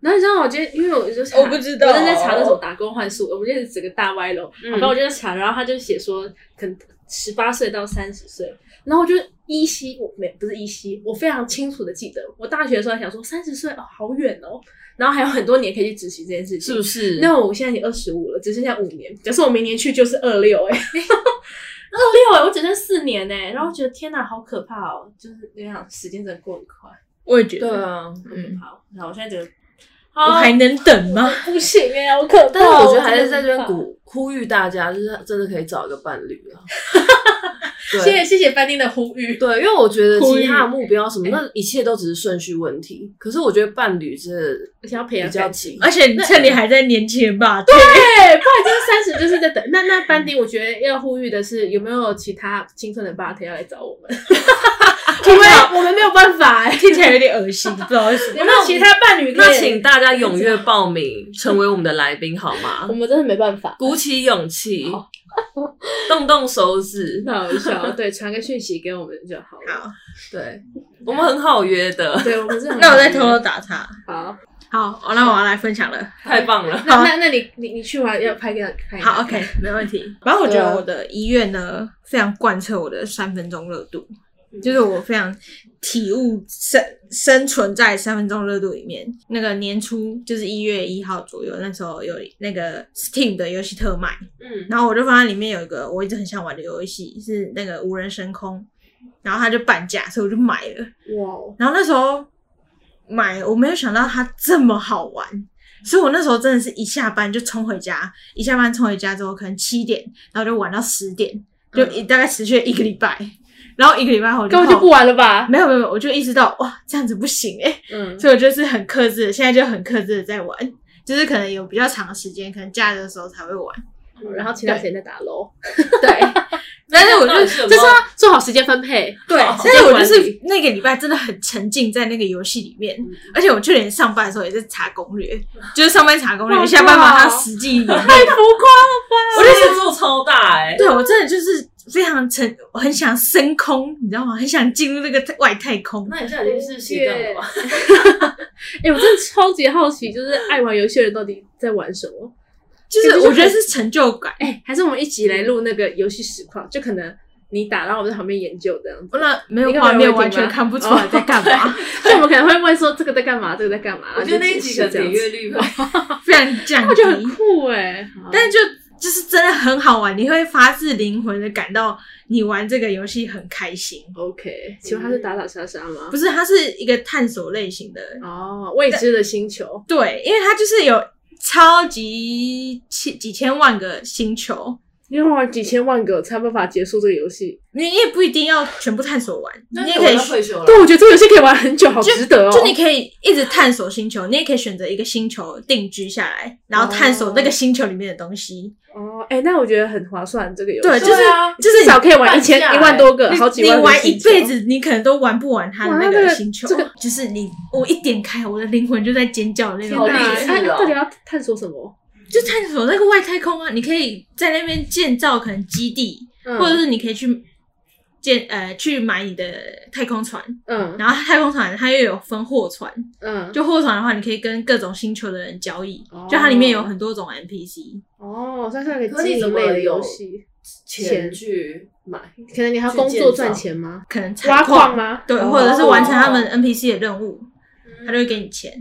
A: 然后你知道我今天，因为我就查
C: 我不知道
A: 我正在查那种打工换宿，我们就是整个大歪楼。
B: 嗯
A: 然后我就在查，然后他就写说，可能十八岁到三十岁。然后我就依稀，我没不是依稀，我非常清楚的记得，我大学的时候还想说三十岁哦，好远哦，然后还有很多年可以去执行这件事情，
B: 是不是？
A: 那我现在已经二十五了，只剩下五年。假设我明年去就是 二六哎，二六哎，我只剩四年哎、然后觉得天哪，好可怕哦！就是那样，时间真的过很快。
C: 我也觉
B: 对
C: 得，
B: 啊，
C: 嗯，
A: 好，然后我现在觉得，
C: 我
A: 我
C: 还能等吗？
A: 不行哎、 好可怕哦！
B: 但是我觉得还是在这
A: 真的很
B: 边
A: 怕。
B: 鼓呼吁大家，就是真的可以找一个伴侣 啊。
A: 谢
B: 对
A: 谢谢谢班丁的呼吁，
B: 对，因为我觉得
C: 呼吁
B: 其他的目标什么，那一切都只是顺序问题。可是我觉得伴侣真的
A: 我想要培
B: 比
A: 养
B: 较
A: 感情。
B: 紧，哎
C: 而且趁你还在年轻吧，对，
A: 对，不然就是三十就是在等。那那班丁，我觉得要呼吁的是，有没有其他青春的 b a r 要来找我们？
C: 听起来
A: 我们没有办法哎、
C: 听起来有点恶心，不知道为什么
A: 有。没有其他伴侣可以？
B: 那请大家踊跃报名，成为我们的来宾好吗
A: 我？们真的没办法。
B: 鼓起勇 气，动动手指，
A: 太好笑了，对，传个讯息给我们就好了。
C: 好，
B: 对我们很好约 的，
A: 对，我们是很
C: 那我再偷偷打岔。
A: 好。
C: 好，哦那我要来分享了。
B: 太棒了。
A: 那
C: 好
A: 那那你你你去玩要拍给我看一下。
C: 好，OK，没问题。反正我觉得我的医院呢，非常贯彻我的三分钟热度，就是我非常体悟生生存在三分钟热度里面。那个年初就是一月一号左右，那时候有那个 Steam 的游戏特卖，
A: 嗯，
C: 然后我就发现里面有一个我一直很想玩的游戏是那个无人升空，然后它就半价，所以我就买了。
A: 哇哦，
C: 然后那时候买，我没有想到它这么好玩，所以我那时候真的是一下班就冲回家，一下班冲回家之后可能七点，然后就玩到十点，就一大概持续了一个礼拜。然后一个礼拜后我就
A: 嗯根本就
C: 后
A: 不玩了吧？
C: 没有没有，没有我就意识到哇，这样子不行哎、
A: 嗯，
C: 所以我就是很克制的，现在就很克制的在玩，就是可能有比较长的时间，可能假日的时候才会玩。
A: 然后其他时间再打喽。
C: 对，但是我就
B: 到底是有
A: 就
B: 没
A: 是
B: 有
A: 要做好时间分配。
C: 对，
B: 好
C: 但是我就
B: 管
C: 是
B: 理
C: 那个礼拜真的很沉浸在那个游戏里面，而且我就连上班的时候也是查攻 略，就是上班查攻
A: 好
C: 略，
A: 棒
C: 下班把它实际演练。
B: 我这次做超大哎、
C: 对我真的就是非常沉，我很想升空，你知道吗？很想进入那个外太空。
B: 那你现在已经是斜杠了吧？
A: 哎、我真的超级好奇，就是爱玩游戏的人到底在玩什么？
C: 就是我觉得是成就感。
A: 哎、还是我们一起来录那个游戏实况，就可能你打，然后我们在旁边研究这样子。
C: 那没有
A: 你干嘛
C: 画面，
A: 有
C: 哦
A: 问
C: 完
A: 题吗
C: 全看不出来在干 嘛，
A: 就我们可能会问说这个在干嘛，这个在干嘛。
B: 我觉得那一集
A: 集
B: 可能点阅率会
C: 啊非常降
A: 我
C: 低
A: 觉得。很酷哎、好
C: 但就就是真的很好玩，你会发自灵魂的感到你玩这个游戏很开心。
A: OK，请问他是打打杀杀吗
C: 不？是，它是一个探索类型的
A: 哦，未知的星球，
C: 对，因为它就是有超级千几千万个星球，
A: 你要玩几千万个才有办法结束这个游戏。
C: 你也不一定要全部探索完，你
B: 那
C: 也
B: 有
C: 可以
B: 人退休了，
A: 对，我觉得这个游戏可以玩很久，好值得哦。
C: 就你可以一直探索星球，你也可以选择一个星球定居下来，然后探索那个星球里面的东西。
A: 哦，哎、那我觉得很划算，这个游戏
C: 对，就是
B: 对啊
C: 就
A: 至
C: 是
A: 少可以玩一
B: 半价
A: 千
B: 欸
A: 一万多个，
C: 你
A: 好几
C: 你
A: 万个
C: 玩一
A: 星球
C: 辈。子，你可能都玩不完它的那
A: 哇那
C: 个
A: 个
C: 星球。
A: 这个
C: 就是你，我一点开，我的灵魂就在尖叫的那
A: 天
C: 种
B: 好
A: 哪，
C: 感
B: 励
C: 觉。
B: 志
A: 哎
B: 哦
A: 到底要探索什么？
C: 就探索那个外太空啊，你可以在那边建造可能基地，
A: 嗯
C: 或者是你可以去建呃去买你的太空船，
A: 嗯
C: 然后太空船它又有分货船，
A: 嗯，
C: 就货船的话，你可以跟各种星球的人交易，
A: 哦
C: 就它里面有很多种 NPC。
A: 哦，算是那个
B: 可你
A: 经
B: 怎
A: 营
B: 么
A: 类的
B: 有
A: 游戏，
B: 钱去买，
A: 可能你还要
B: 去
A: 工
B: 建
A: 作
B: 造
A: 赚钱吗？
C: 可能采
A: 挖矿？吗？
C: 对，
A: 哦嗯
C: 或者是完成他们 NPC 的任务，他就会给你钱。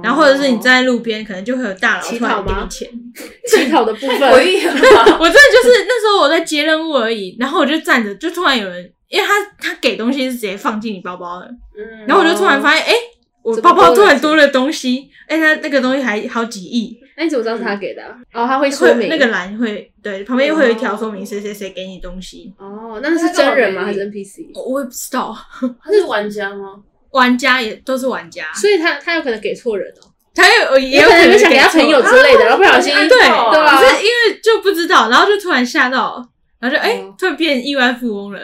C: 然后或者是你在路边，可能就会有大佬
A: 哦乞
C: 突然
A: 讨
C: 给
A: 吗
C: 你钱。
A: 乞讨的部分，
B: 回忆了。
C: 我真的就是那时候我在接任务而已，然后我就站着，就突然有人，因为他他给东西是直接放进你包包的，
B: 嗯
C: 然后我就突然发现，哎、我
A: 怎么
C: 包包突
A: 多了
C: 然
A: 几
C: 多了东西，哎、那那个东西还好几亿，
A: 那你怎么知道是他给的啊？哦，他会说
C: 会
A: 明
C: 那个栏会对旁边又会有一条说明谁谁谁给你东西，
A: 哦，那是真人吗？还是 NPC？
C: 我我也不知道，
B: 他是玩家吗？
C: 玩家也都是玩家，
A: 所以他他有可能给错人哦，
C: 他有也
A: 有
C: 有
A: 可能
C: 能
A: 想给他
C: 错
A: 朋友之类的，然后不小心
B: 啊
C: 对
B: 按到
A: 对
C: 不
A: 啊
C: 是因为就不知道，然后就突然吓到，然后就哎、
A: 哦
C: 突然变亿万富翁了，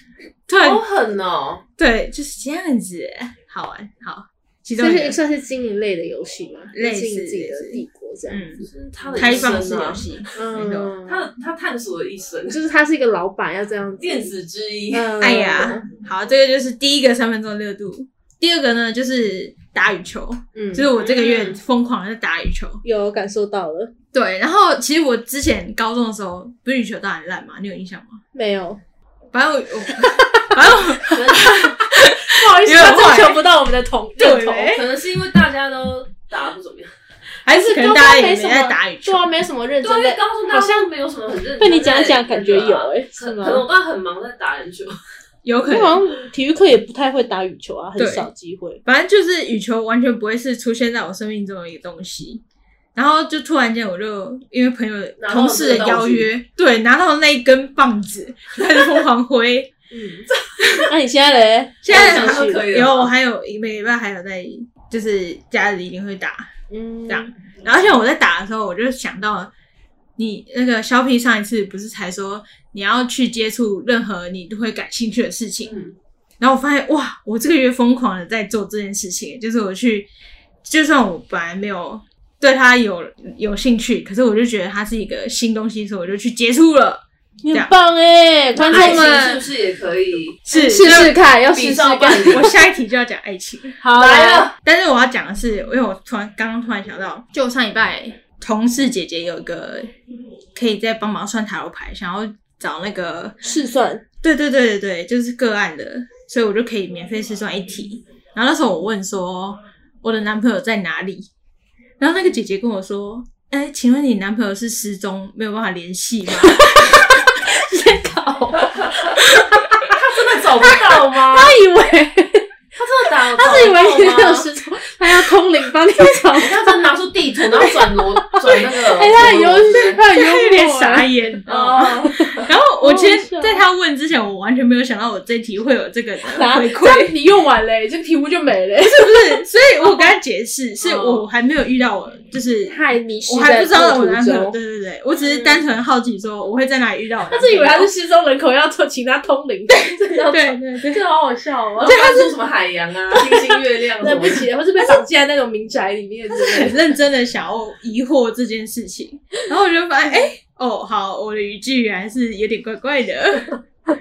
C: 突然
B: 好狠哦！
C: 对，就是这样子，好玩，好，其中
A: 就
C: 一
A: 是
C: 个，
A: 算是经营类的游戏嘛，
C: 类似
A: 经营自己
C: 类似
A: 的帝国这样。
C: 嗯，
B: 就是他的
C: 开
B: 一生
C: 放式游
B: 啊，
C: 戏，没错。
A: 嗯，
B: 他他探索了一生，
A: 就是他是一个老板，要这样子。
B: 电子之一。
A: 嗯
C: 哎呀，好，这个就是第一个三分钟热度。第二个呢，就是打羽球，
A: 嗯，
C: 就是我这个月
B: 嗯
C: 疯狂的在打羽球。
A: 有感受到了
C: 对，然后其实我之前高中的时候，不是羽球打得很烂嘛，你有印象吗？
A: 没有？
C: 反正我， 我反正我
A: 不好意
C: 思有点坏
A: 不到我们的同
C: 对没
B: 可能是因为大家都打不怎么样，
C: 还是可能大家也没在打羽球
A: 对。啊，没什么认
B: 对啊，
A: 真
B: 因
A: 的。
B: 为高中大家好像没有什么很认真在那个啊。
A: 被你讲一讲感觉有欸是吗
B: 可能我爸很忙在打篮球，
C: 有啊可
A: 因为好
C: 能。
A: 像体育课也不太会打羽球啊，很
C: 对
A: 少机会。
C: 反正就是羽球完全不会是出现在我生命中的一个东西。然后就突然间，我就因为朋友
B: 拿到
C: 同事的邀约，对，拿到那一根棒子，就开始疯狂挥。
A: 嗯， 那你现在嘞？
C: 现在
B: 想
C: 还
B: 说可以
C: 有，
B: 了
C: 我还有一每个礼拜还有在，就是假日一定会打。
A: 嗯，
C: 这样然后像我在打的时候，我就想到你那个肖皮上一次不是才说你要去接触任何你都会感兴趣的事情，
B: 嗯，
C: 然后我发现哇，我这个月疯狂的在做这件事情，就是我去，就算我本来没有对它有有兴趣，可是我就觉得它是一个新东西，所以我就去接触了。
A: 你很棒哎，观
B: 爱
A: 众
B: 情
A: 们
B: 是不是也可以
C: 是
A: 试试看，要试
B: 比
A: 试
B: 照
A: 看。
B: 办理？
C: 我下一题就要讲爱情，
A: 好
B: 来了，
C: 但是我要讲的是，因为我突然刚刚突然想到，就上礼拜同事姐姐有一个可以在帮忙算塔罗牌，想要找那个
A: 试算。
C: 对对对对对，就是个案的，所以我就可以免费试算一题。然后那时候我问说我的男朋友在哪里，然后那个姐姐跟我说：“哎，请问你男朋友是失踪，没有办法联系吗？”
B: 真的找不到吗？
A: 他以为
B: 他真的打，
A: 他是以为
B: 找
A: 你
B: 不到
A: 有
B: 吗？
A: 失踪，他要通灵帮你找。
B: 他真的拿出地图，然后转罗转那 个，
A: 哎，他很优秀，他很
C: 她有
A: 幽
C: 点
A: 默啊
C: 傻。眼。
B: 哦，
C: 然后我今
A: 好好笑
C: 天在她问之前，我完全没有想到我这题会有这个的
A: 拿
C: 回
A: 这
C: 馈，
A: 样你用完嘞，这个题目就没了。
C: 是不是？所以我跟她 解释，是我还没有遇到我，就是
A: 太迷失
C: 我
A: 嗯
C: 还
A: 在
C: 不知道我
A: 路
C: 男
A: 途
C: 朋友。
A: 中。
C: 对对对，我只是单纯好奇说我会在哪里遇到我男朋
A: 他
C: 友。
A: 是以为他是失踪人口，要做请他通灵，真的要
C: 对对对。
A: 这个好好笑哦。
B: 对，他说什么海洋啊、 星星、月亮什
A: 对
B: 么
A: 不起，或是被绑架在那种民宅里面之类
C: 很认真的想要疑惑这件事情，然后我就发 现，哎、哦，好，我的语句原来是有点怪怪的。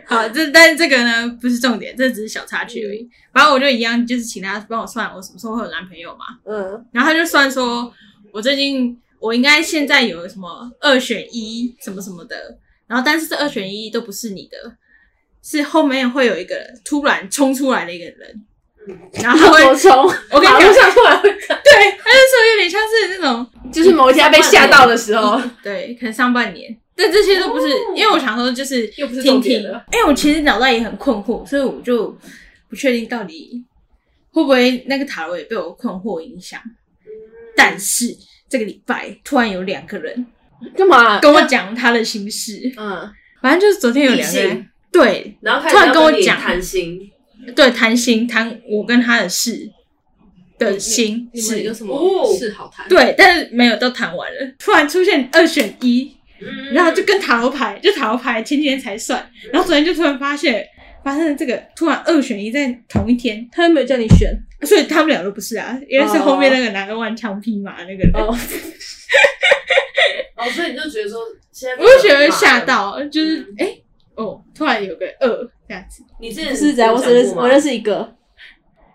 C: 好，这但这个呢不是重点，这只是小插曲而
A: 嗯
C: 已。反正我就一样，就是请他帮我算我什么时候会有男朋友嘛。
A: 嗯，
C: 然后他就算说，我最近我应该现在有什么二选一什么什么的，然后但是这二选一都不是你的，是后面会有一个人突然冲出来的一 个人，然后他
A: 多
C: 会，
A: 从
C: 我跟你
A: 马
C: 讲
A: 路，上突然会，
C: 对，他就说有点像是那种。
A: 就是某一天他被吓到的时候，
C: 对，可能上半年，但这些都不是，因为我想说就是
A: 又不是
C: 听
A: 重
C: 听，
A: 点
C: 因
A: 了
C: 为我其实脑袋也很困惑，所以我就不确定到底会不会那个塔罗也
B: 嗯
C: 被我困惑影响。但是这个礼拜突然有两个人
A: 干 嘛？
C: 跟我讲他的心事。
A: 嗯，
C: 反正就是昨天有两个
B: 异性
C: 人，对
B: 然后开
C: 突然
B: 始要
C: 跟我
B: 你
C: 讲
B: 谈心，
C: 对，谈心谈我跟他的事的心
A: 你们有
C: 事，
A: 什么
B: 哦
A: 事好谈？
C: 对，但是没有都谈完了，突然出现二选一，
B: 嗯
C: 然后就跟塔罗牌，就塔罗牌前几天才算，然后昨天就突然发现发生了这个突然二选一在同一天，
D: 他没有叫你选
C: 所以他们俩都不是啊，因为是后面那个拿个万枪匹马那个人，
D: 哦，
B: 哦，所以你就觉得说现在
C: 我就觉得吓，到，就是哎、诶哦，突然有个二这样子，
B: 你之前
D: 不是这样，
B: 有
D: 我
B: 讲
D: 只认识
B: 过吗
D: 我认识一个，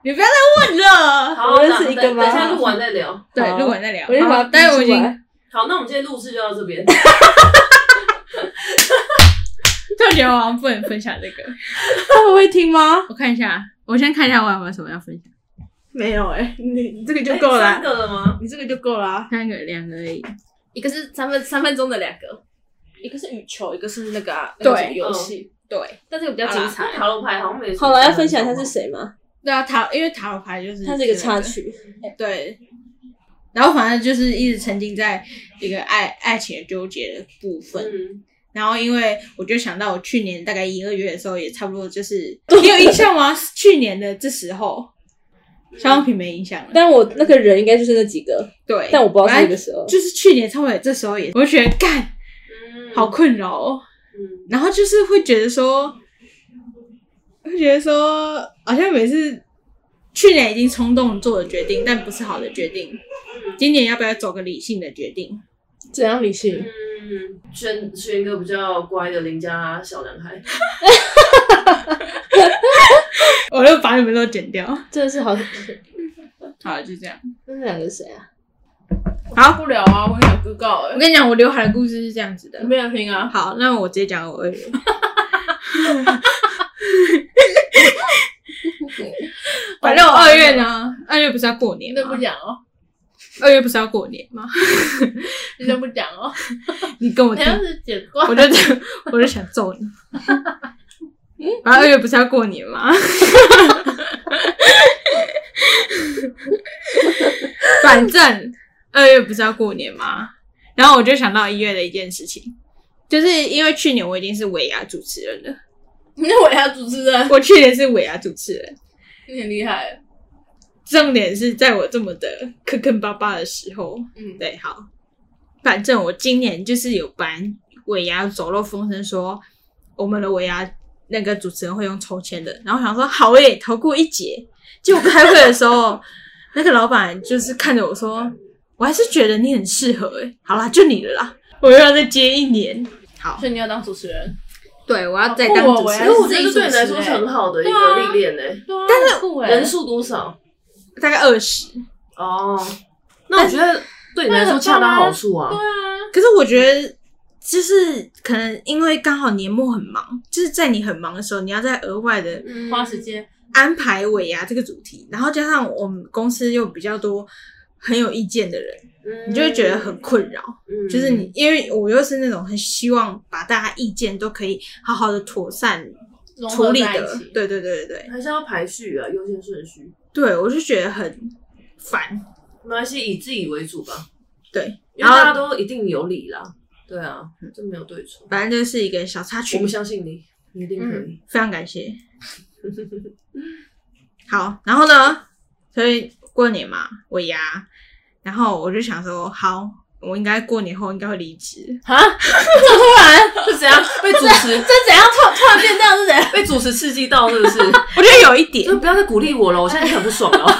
C: 你不要再问了。
B: 好，
D: 我认识一个
B: 等
D: 吗
B: 等一下录完再聊。
C: 对，
D: 好
C: 录完再聊。
D: 我就把
C: 好
D: 它逼
C: 但是我已
D: 出
C: 经
D: 来
B: 好，那我们今天录制就到这边。
C: 突然觉得我好像不能分享这个。
D: 他们会听吗？
C: 我看一下，我先看一下我有没有什么要分享。
D: 没有哎，你你这个 就
B: 哎
D: 够了
B: 三
D: 啊，
B: 个了吗？
D: 你这个就够了啊。
C: 三个两个而已。
D: 一个是三分三分钟的两个，一个是羽球，一个是那个啊那个
C: 对嗯
D: 什么游戏，
C: 对，
D: 但这个比较精彩。
B: 塔罗牌好像没。
D: 好了，要分享他是。谁吗？
C: 对啊，塔因为塔罗牌嗯就是
D: 他是一个插。曲，
C: 对，然后反正就是一直沉浸在一个爱爱情的纠结的部分。
B: 嗯，
C: 然后因为我就想到我去年大概一二月的时候，也差不多就是你有印象吗？去年的这时候，肖永平没印象了。
D: 但我那个人应该就是那几个，
C: 对，
D: 但我不知道是
C: 反
D: 那
C: 正
D: 个时候。
C: 就是去年差不多这时候也，我就觉得干
B: 嗯
C: 好。困扰哦。
B: 嗯
C: 然后就是会觉得说，会觉得说，好像每次去年已经冲动做的决定，但不是好的决定，今年要不要走个理性的决定？
D: 怎样理性？
B: 嗯，轩轩哥比较乖的邻家小男孩，
C: 我就把你们都剪掉。
D: 真的是好，
C: 好，就这样。
D: 那两个是谁啊？
A: 好不了啊，我想公告
C: 我跟你讲，我刘海的故事是这样子的。
A: 没有听啊，
C: 好，那我直接讲我二 月。反正我二月呢，二哦月不是要过年
A: 你都不
C: 吗？
A: 讲
B: 啊
A: 哦，
C: 二月不是要过年吗？
A: 你都不讲 哦，
C: 你跟我
A: 你
C: 听
A: 要是剪过
C: 我就我就想揍你。然后二月不是要过年吗？ 反正二月不是要过年吗？然后我就想到一月的一件事情，就是因为去年我已经是尾牙主持人了，
A: 你是我要主持人，
C: 我去年是尾牙主持人，
A: 你很厉害，
C: 重点是在我这么的坑坑巴巴的时候，
A: 嗯，
C: 对，好，反正我今年就是有班尾牙走漏风声说，我们的尾牙那个主持人会用抽签的，然后我想说好诶、逃过一劫。结果开会的时 候，那个老板就是看着我说，我还是觉得你很适合诶、好啦，就你了啦，我又要再接一年。好，
A: 所以你要当主持人，
C: 对我要再
A: 好酷
C: 当
A: 哦
C: 主
A: 我
C: 持
A: 要
B: 可是
C: 人
B: 我
C: 自
B: 觉
C: 己
B: 得对
C: 主
B: 你来
C: 持
B: 说是
C: 欸
B: 很好的一
A: 对啊欸
B: 个历练呢。
A: 但是
B: 人数多少？
C: 大概二十，
B: 哦，那我觉得对你来说恰到好处啊。
C: 可是我觉得，就是可能因为刚好年末很忙，就是在你很忙的时候，你要再额外的
B: 嗯
A: 花时间，
C: 安排尾啊牙这个主题，然后加上我们公司又比较多很有意见的人，
B: 嗯
C: 你就会觉得很困扰。
B: 嗯
C: 就是你，因为我又是那种很希望把大家意见都可以好好的妥善
A: 融合
C: 处理
A: 在一
C: 的
A: 起，
C: 对对对对对，
B: 还是要排序啊，优先顺序。
C: 对我就觉得很烦。
B: 没关系，以自己为主吧，
C: 对，
B: 因为大家
C: 然后
B: 都一定有理啦。对啊，
A: 嗯
B: 这没有对错。
C: 反正就是一个小插曲
B: 我们，相信你，你一定可以。
C: 非常感谢。 好，然后呢，所以过年嘛，尾牙，然后我就想说，好，我应该过年后应该会离职。
A: 啊， 这突然
B: 是 怎样被主持
A: 这怎样突突然变这样是怎样？
B: 被主持刺激到，是不 是？
C: 我觉得有一点
B: 就，不要再鼓励我了，我现在已经很不爽了。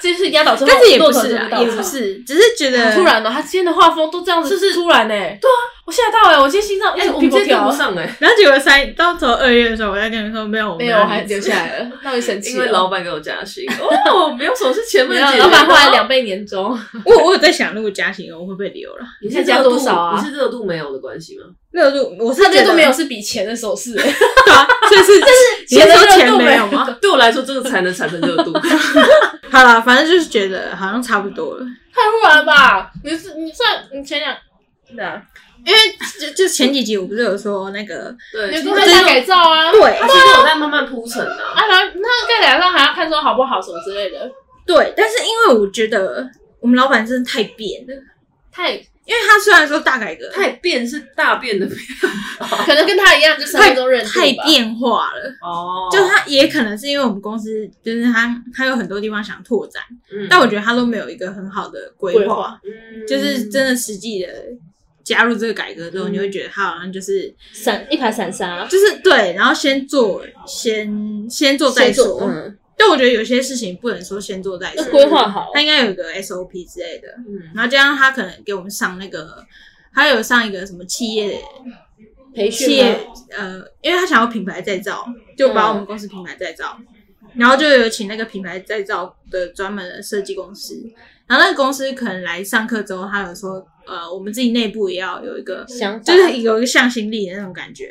A: 就是压倒这
C: 但是也不是啊，也不是，只是觉得
A: 突然的，他今天的画风都这样子，就是突然呢、对啊，我吓 到哎、我今天心脏一
B: 哎，
A: 直
B: 我
A: 砰
B: 们今
A: 砰
B: 天
A: 跳
B: 跟不
A: 啊，
B: 上哎，
C: 然后结果三到头二月的时候，我在跟你们说没有，
A: 没
C: 们
A: 有，
C: 要
A: 我还
C: 离职
A: 留下来了， 那我生气
B: 因
A: 了。
B: 为老板给我加薪哦，没有什么是前
A: 啊没
B: 面
A: 有老板后来，两倍年终，
C: 我我有在想，如果加薪，我会不会留了？
B: 你是
A: 你现在加
B: 热度
A: 多少啊
B: 你是热度没有的关系吗？
C: 热度我是
A: 他
C: 觉
A: 这
C: 得
A: 都没有，是比钱的手 势、欸，
C: 对啊，所以是这
A: 钱的
C: 说
A: 热
C: 钱
A: 度
C: 没
A: 没
C: 有吗？
B: 对我来说，这个才能产生热 度。
C: 好了，反正就是觉得好像差不多了，
A: 太突然了吧？你是你算你前两。啊哪？
C: 因为就就前几集我不是有说那个
B: 对，
A: 员
B: 其实
A: 工在家改造啊，
C: 对
B: 他其实有在慢慢铺陈啊。
A: 啊，然后那盖改造还要看说好不好什么之类的，
C: 对，但是因为我觉得我们老板真的太变了，
A: 太
C: 因为他虽然说大改革，
B: 太变是大变的变
D: 可能跟他一样，就三分钟热度吧
C: 太变化了。
B: 哦，
C: 就他也可能是因为我们公司，就是他他有很多地方想拓展，
B: 嗯，
C: 但我觉得他都没有一个很好的规
D: 规
C: 划
D: 划，
B: 嗯
C: 就是真的实际的加入这个改革之后，你会觉得他好像就是
D: 散一盘散沙，
C: 就是对，然后先做，先先做再说。
D: 嗯，
C: 但我觉得有些事情不能说先做再
D: 要
C: 说，
D: 规划好
C: 他。应该有一个 SOP 之类的。
B: 嗯
C: 然后加上他可能给我们上那个，他有上一个什么企业
D: 培
C: 企
D: 训
C: 业
D: 吗
C: 呃，因为他想要品牌再造，就把我们公司品牌再造，然后就有请那个品牌再造的专门的设计公司，然后那个公司可能来上课之后，他有说呃，我们自己内部也要有一个，
D: 想法嗯
C: 就是有一个向心力的那种感觉，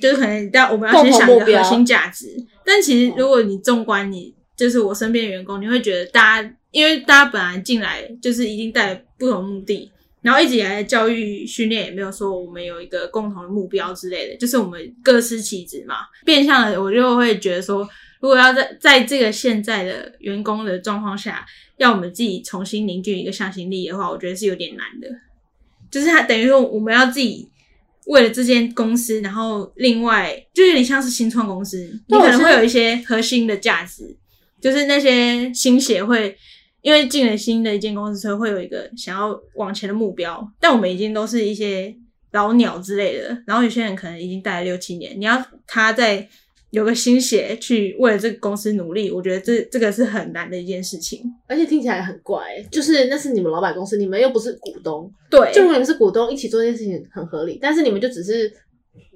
C: 就是可能但我们要先想一
D: 共同目
C: 个核
D: 标哦
C: 心价值，但其实如果你纵观你就是我身边的员工，你会觉得大家因为大家本来进来就是一定带不同目的，然后一直以来的教育训练也没有说我们有一个共同的目标之类的，就是我们各司其职嘛。变相的，我就会觉得说，如果要在在这个现在的员工的状况下，要我们自己重新凝聚一个向心力的话，我觉得是有点难的。就是它等于说，我们要自己为了这间公司，然后另外就有点像是新创公司，你
D: 对我
C: 可能
D: 是
C: 会有一些核心的价值，就是那些新血会，因为进了新的一间公司，所以会有一个想要往前的目标。但我们已经都是一些老鸟之类的，然后有些人可能已经待了六七年，你要他在有个新血去为了这个公司努力，我觉得这这个是很难的一件事情。
D: 而且听起来很怪、就是那是你们老板公司，你们又不是股东，
C: 对
D: 就如果你们是股东，一起做这件事情很合理，但是你们就只是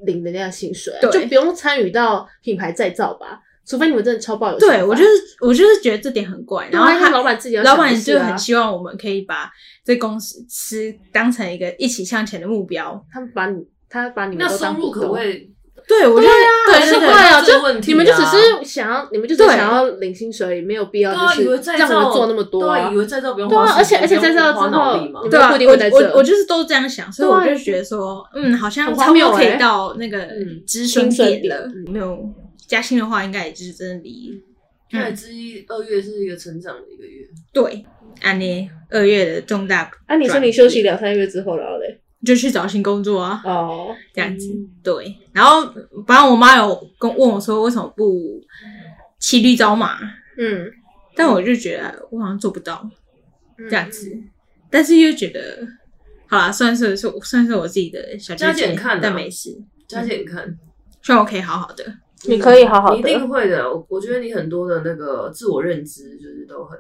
D: 领人家的薪水啊，
C: 对
D: 就不用参与到品牌再造吧，除非你们真的超爆有想法。
C: 对我就是我就是觉得这点很怪，
D: 对
C: 然
D: 啊
C: 后
D: 因为
C: 他
D: 老板自己要
C: 老
D: 想
C: 板
D: 的事
C: 就
D: 啊
C: 很希望我们可以把这公司当成一个一起向前的目标。
D: 他们把你，他把你们
B: 那
D: 都当
B: 收入
D: 股
B: 可不
D: 东
B: 可以？
C: 对，我觉得
D: 很
C: 对
D: 奇
C: 对
D: 怪
C: 对，
D: 啊，
B: 这个问
D: 就
B: 题啊
D: 你们就只是想要，你们就是
C: 对
D: 想要领薪水，没有必要
B: 对啊，
D: 就
B: 以为
D: 是
B: 再
D: 让我
B: 造
D: 们做那么多
B: 对啊，
D: 啊
B: 以。为再造不用
D: 对啊
B: 花时间，
D: 而且而且
B: 不用
D: 再造之
B: 花脑
D: 后
B: 力嘛
D: 你们
C: 对啊，
D: 不一定
C: 我
D: 会在
C: 我
D: 这
C: 我就是都这样想，所以
D: 对啊
C: 我就觉得说，嗯，好像
D: 很
C: 差
D: 荒
C: 不多
D: 谬
C: 可以
D: 欸
C: 到那个
B: 嗯
C: 止损
D: 薪水
C: 点
D: 点
C: 了。没有加薪的话，应该也就是真的离
B: 看来
D: 嗯
B: 之啊一二月是一个成长的一个月，
C: 对，安妮二月的重大
D: 啊，你说你休息两三个月之后然后嘞？
C: 就去找新工作啊，
D: 哦，
C: 这样子。
B: 嗯
C: 对，然后反正我妈有跟问我说，为什么不骑驴找马？
D: 嗯，
C: 但我就觉得我好像做不到
D: 嗯
C: 这样子，但是又觉得好啦，算是是算是我自己的小姐
B: 加
C: 姐
B: 减，看啊
C: 但没事，
B: 加减看，
C: 希望我可以好好的。
D: 你可以好好
B: 你一定
D: 的。
B: 会的。我我觉得你很多的那个自我认知就是都很，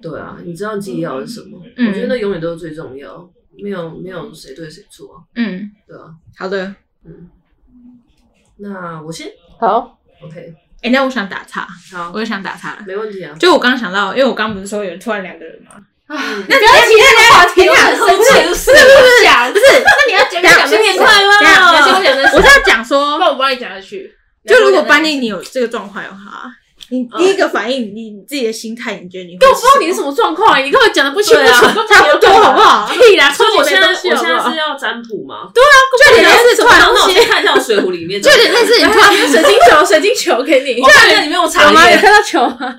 B: 对啊，你知道自己要的是什么，
C: 嗯
B: 我觉得那永远都是最重要，没有没有谁对谁错啊，
C: 嗯，
B: 对啊，
C: 好的。
B: 嗯。那我先
D: 好，
B: OK，
C: 哎、那我想打岔，
B: 好
C: 我，又想打岔了。
B: 没问题啊。
C: 就我刚想到，因为我刚不是说有突然两个人吗？啊
D: 那啊不要提这个话题
C: 等一下
D: 我很生气，不是不是讲，不是，那你要讲
C: 等一下
D: 讲新年快
C: 等一下
D: 乐，先讲的
C: 我是要讲说
D: 那，我帮你讲下去。
C: 就如果班里你有这个状况的话，你第一个反应，你你自己的心态，你觉得你会
D: 我不
C: 是
D: 知道你是
C: 什
D: 什么状况，你根本讲的不清不楚，都
C: 差不多好不好？
D: 啊屁啦，
B: 所以我现在我
D: 我
B: 现在是要占卜吗？
C: 就有点类似突然，
B: 然后我
C: 就
B: 先看一下我水壶 里面的，
C: 有点类似你突然，
D: 水晶球，水晶球给你
B: 我。看一下里面有茶
D: 有吗？有
B: 叶。
D: 看到球吗？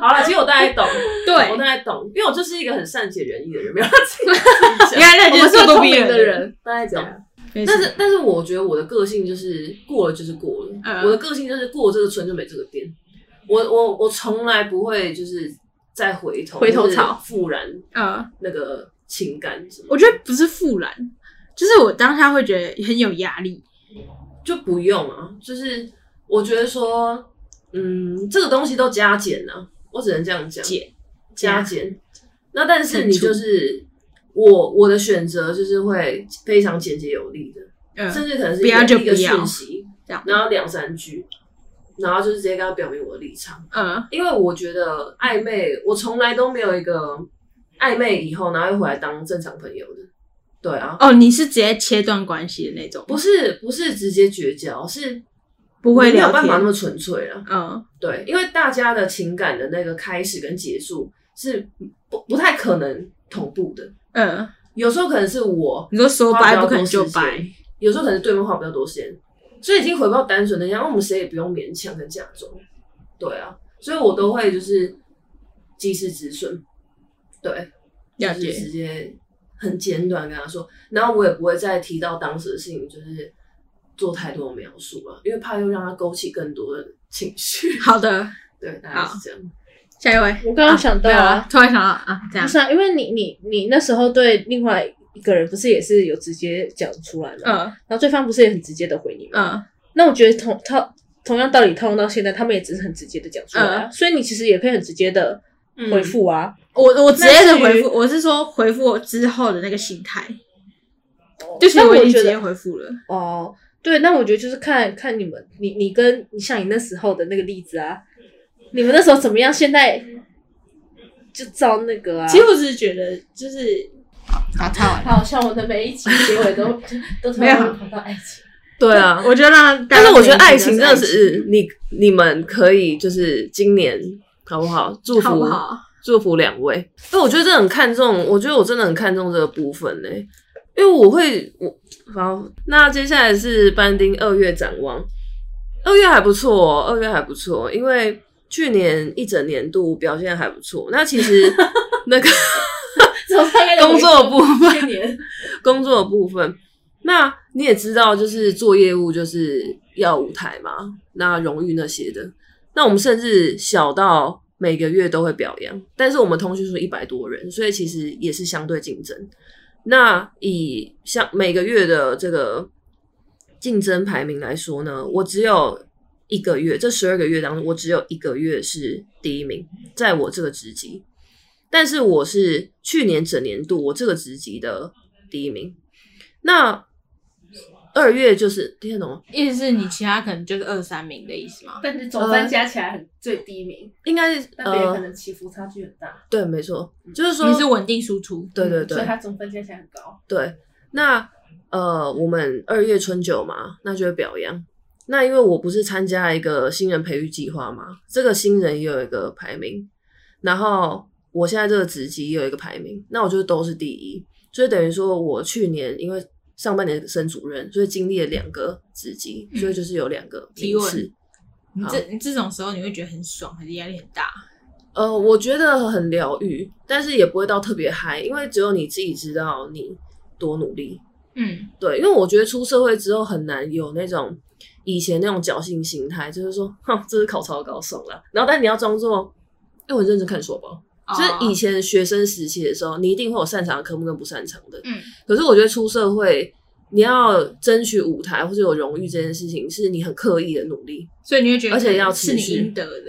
B: 好了，其实我大概懂，我
C: 对，啊
B: 大概懂，因为我就是一个很善解人意的人，没有自己
C: 原来那
D: 我
C: 就是
D: 们
C: 咄咄
D: 聪
C: 逼
D: 明
C: 人
D: 的，人，
B: 大概懂。
C: 没事
B: 但是但是我觉得我的个性就是过了就是过了，
C: 嗯
B: 我的个性就是过了这个村就没这个店。我我我从来不会就是再回头
D: 回头草
B: 就是复燃
C: 呃，
B: 那个情感什么，
C: 我觉得不是复燃，就是我当下会觉得很有压力。
B: 就不用啊。就是我觉得说，嗯，这个东西都加减啊，我只能这样讲，
C: 减
B: 加减。那但是你
C: 乘除
B: 就是我我的选择就是会非常简洁有力的，
C: 嗯、
B: 甚至可能是
C: 不
B: 一个
C: 要就
B: 一个
C: 不要
B: 讯息，
C: 这样
B: 然后两三句，然后就是直接跟他表明我的立场。
D: 嗯
C: 呃，
B: 因为我觉得暧昧，我从来都没有一个暧昧以后，然后又回来当正常朋友的。对啊，
C: 哦，你是直接切断关系的那种，
B: 不是不是直接绝交，是
C: 不会
B: 没有
C: 聊
B: 办
C: 天
B: 法那。么纯粹了。
C: 嗯，
B: 对，因为大家的情感的那个开始跟结束是不不太可能同步的，
C: 嗯，
B: 有时候可能是我
C: 你说说
B: 花比
C: 掰
B: 较
C: 不可
B: 多
C: 能就
B: 时
C: 掰
B: 间，，有时候可能对方花比较多时间，所以已经回不到单纯的讲，因为我们谁也不用勉强跟假装，对啊，所以我都会就是及时止损，对，
C: 了
B: 就是
C: 解。
B: 直接很简短跟他说，然后我也不会再提到当时的事情，就是做太多描述了，因为怕又让他勾起更多的情绪。
C: 好的，
B: 对，大概是这样。
C: 下一位。
D: 我刚刚想到
C: 没有
D: 啊
C: 了，，突然想到啊，这样
D: 不，是啊，因为你你你那时候对另外一个人不是也是有直接讲出来嘛，
C: 嗯
D: 然后对方不是也很直接的回你嘛，
C: 嗯，
D: 那我觉得同套同样道理套用到现在，他们也只是很直接的讲出来、啊，所以你其实也可以很直接的
C: 嗯
D: 回复啊，
C: 我我直接的回
D: 那至于
C: 复，我是说回复我之后的那个心态，
D: 就
C: 就
D: 是那
C: 哦我已经
D: 觉
C: 直接
D: 得
C: 回复了，
D: 哦。对，那我觉得就是看看你们，你你跟你像你那时候的那个例子啊，你们那时候怎么样？现在就照那个啊。
C: 其实我只是觉得就是打岔完了，
D: 好像我的每一集结尾 都都突然跑到爱 情。
B: 对啊，
C: 我就让大
B: 但
C: 家
B: 是我觉得
C: 可以
B: 爱情真的
C: 理解
B: 是你你们可以就是今年好不好？祝福
C: 好不好
B: 祝福两位。因为我觉得这很看重，我觉得我真的很看重这个部分呢、因为我会我好，那接下来是班丁二月展望，二月还不错、哦，二月还不错，因为去年一整年度表现还不错。那其实那个。
D: 从大概
B: 工作部分
D: 去年，
B: 工作的部分，那你也知道，就是做业务就是要舞台嘛，那荣誉那些的。那我们甚至小到每个月都会表扬，但是我们通讯数一百多人，所以其实也是相对竞争。那以像每个月的这个竞争排名来说呢，我只有一个月，这十二个月当中，我只有一个月是第一名，在我这个职级。但是我是去年整年度我这个职级的第一名。那二月就是听得懂吗？
C: 意思是你其他可能就是二三名的意思吗？
D: 但是总分加起来很最低名，
B: 应该是
D: 但别人可
B: 呃，
D: 能起伏差距很大，
B: 对，没错，就是说
C: 你是稳定输出，
B: 对对
D: 所以
B: 对
D: 他总分加起来很高。
B: 对。那呃，我们二月春酒嘛，那就会表扬。那因为我不是参加一个新人培育计划嘛，这个新人也有一个排名，然后我现在这个职级也有一个排名，那我就都是第一，所以等于说我去年因为上半年升主任，所以经历了两个职级，所以就是有两个
C: 嗯提
B: 名
C: 问
B: 次。
C: 嗯你这你这种时候你会觉得很爽，还是压力很大？
B: 呃，我觉得很疗愈，但是也不会到特别嗨，因为只有你自己知道你多努力。
C: 嗯，
B: 对，因为我觉得出社会之后很难有那种以前那种侥幸心态，就是说，哼，这是考超高爽啦。然后，但你要装作，哎、我很认真看书吧。
C: 哦
B: 就是以
C: 前
B: 前学生时期的时候，你一定会有擅长的科目跟不擅长的。
C: 嗯，
B: 可是我觉得出社会，你要争取舞台或者有荣誉这件事情，是你很刻意的努力。
C: 所以你会觉得
B: 而且要
C: 是你
B: 持续
C: 应得的，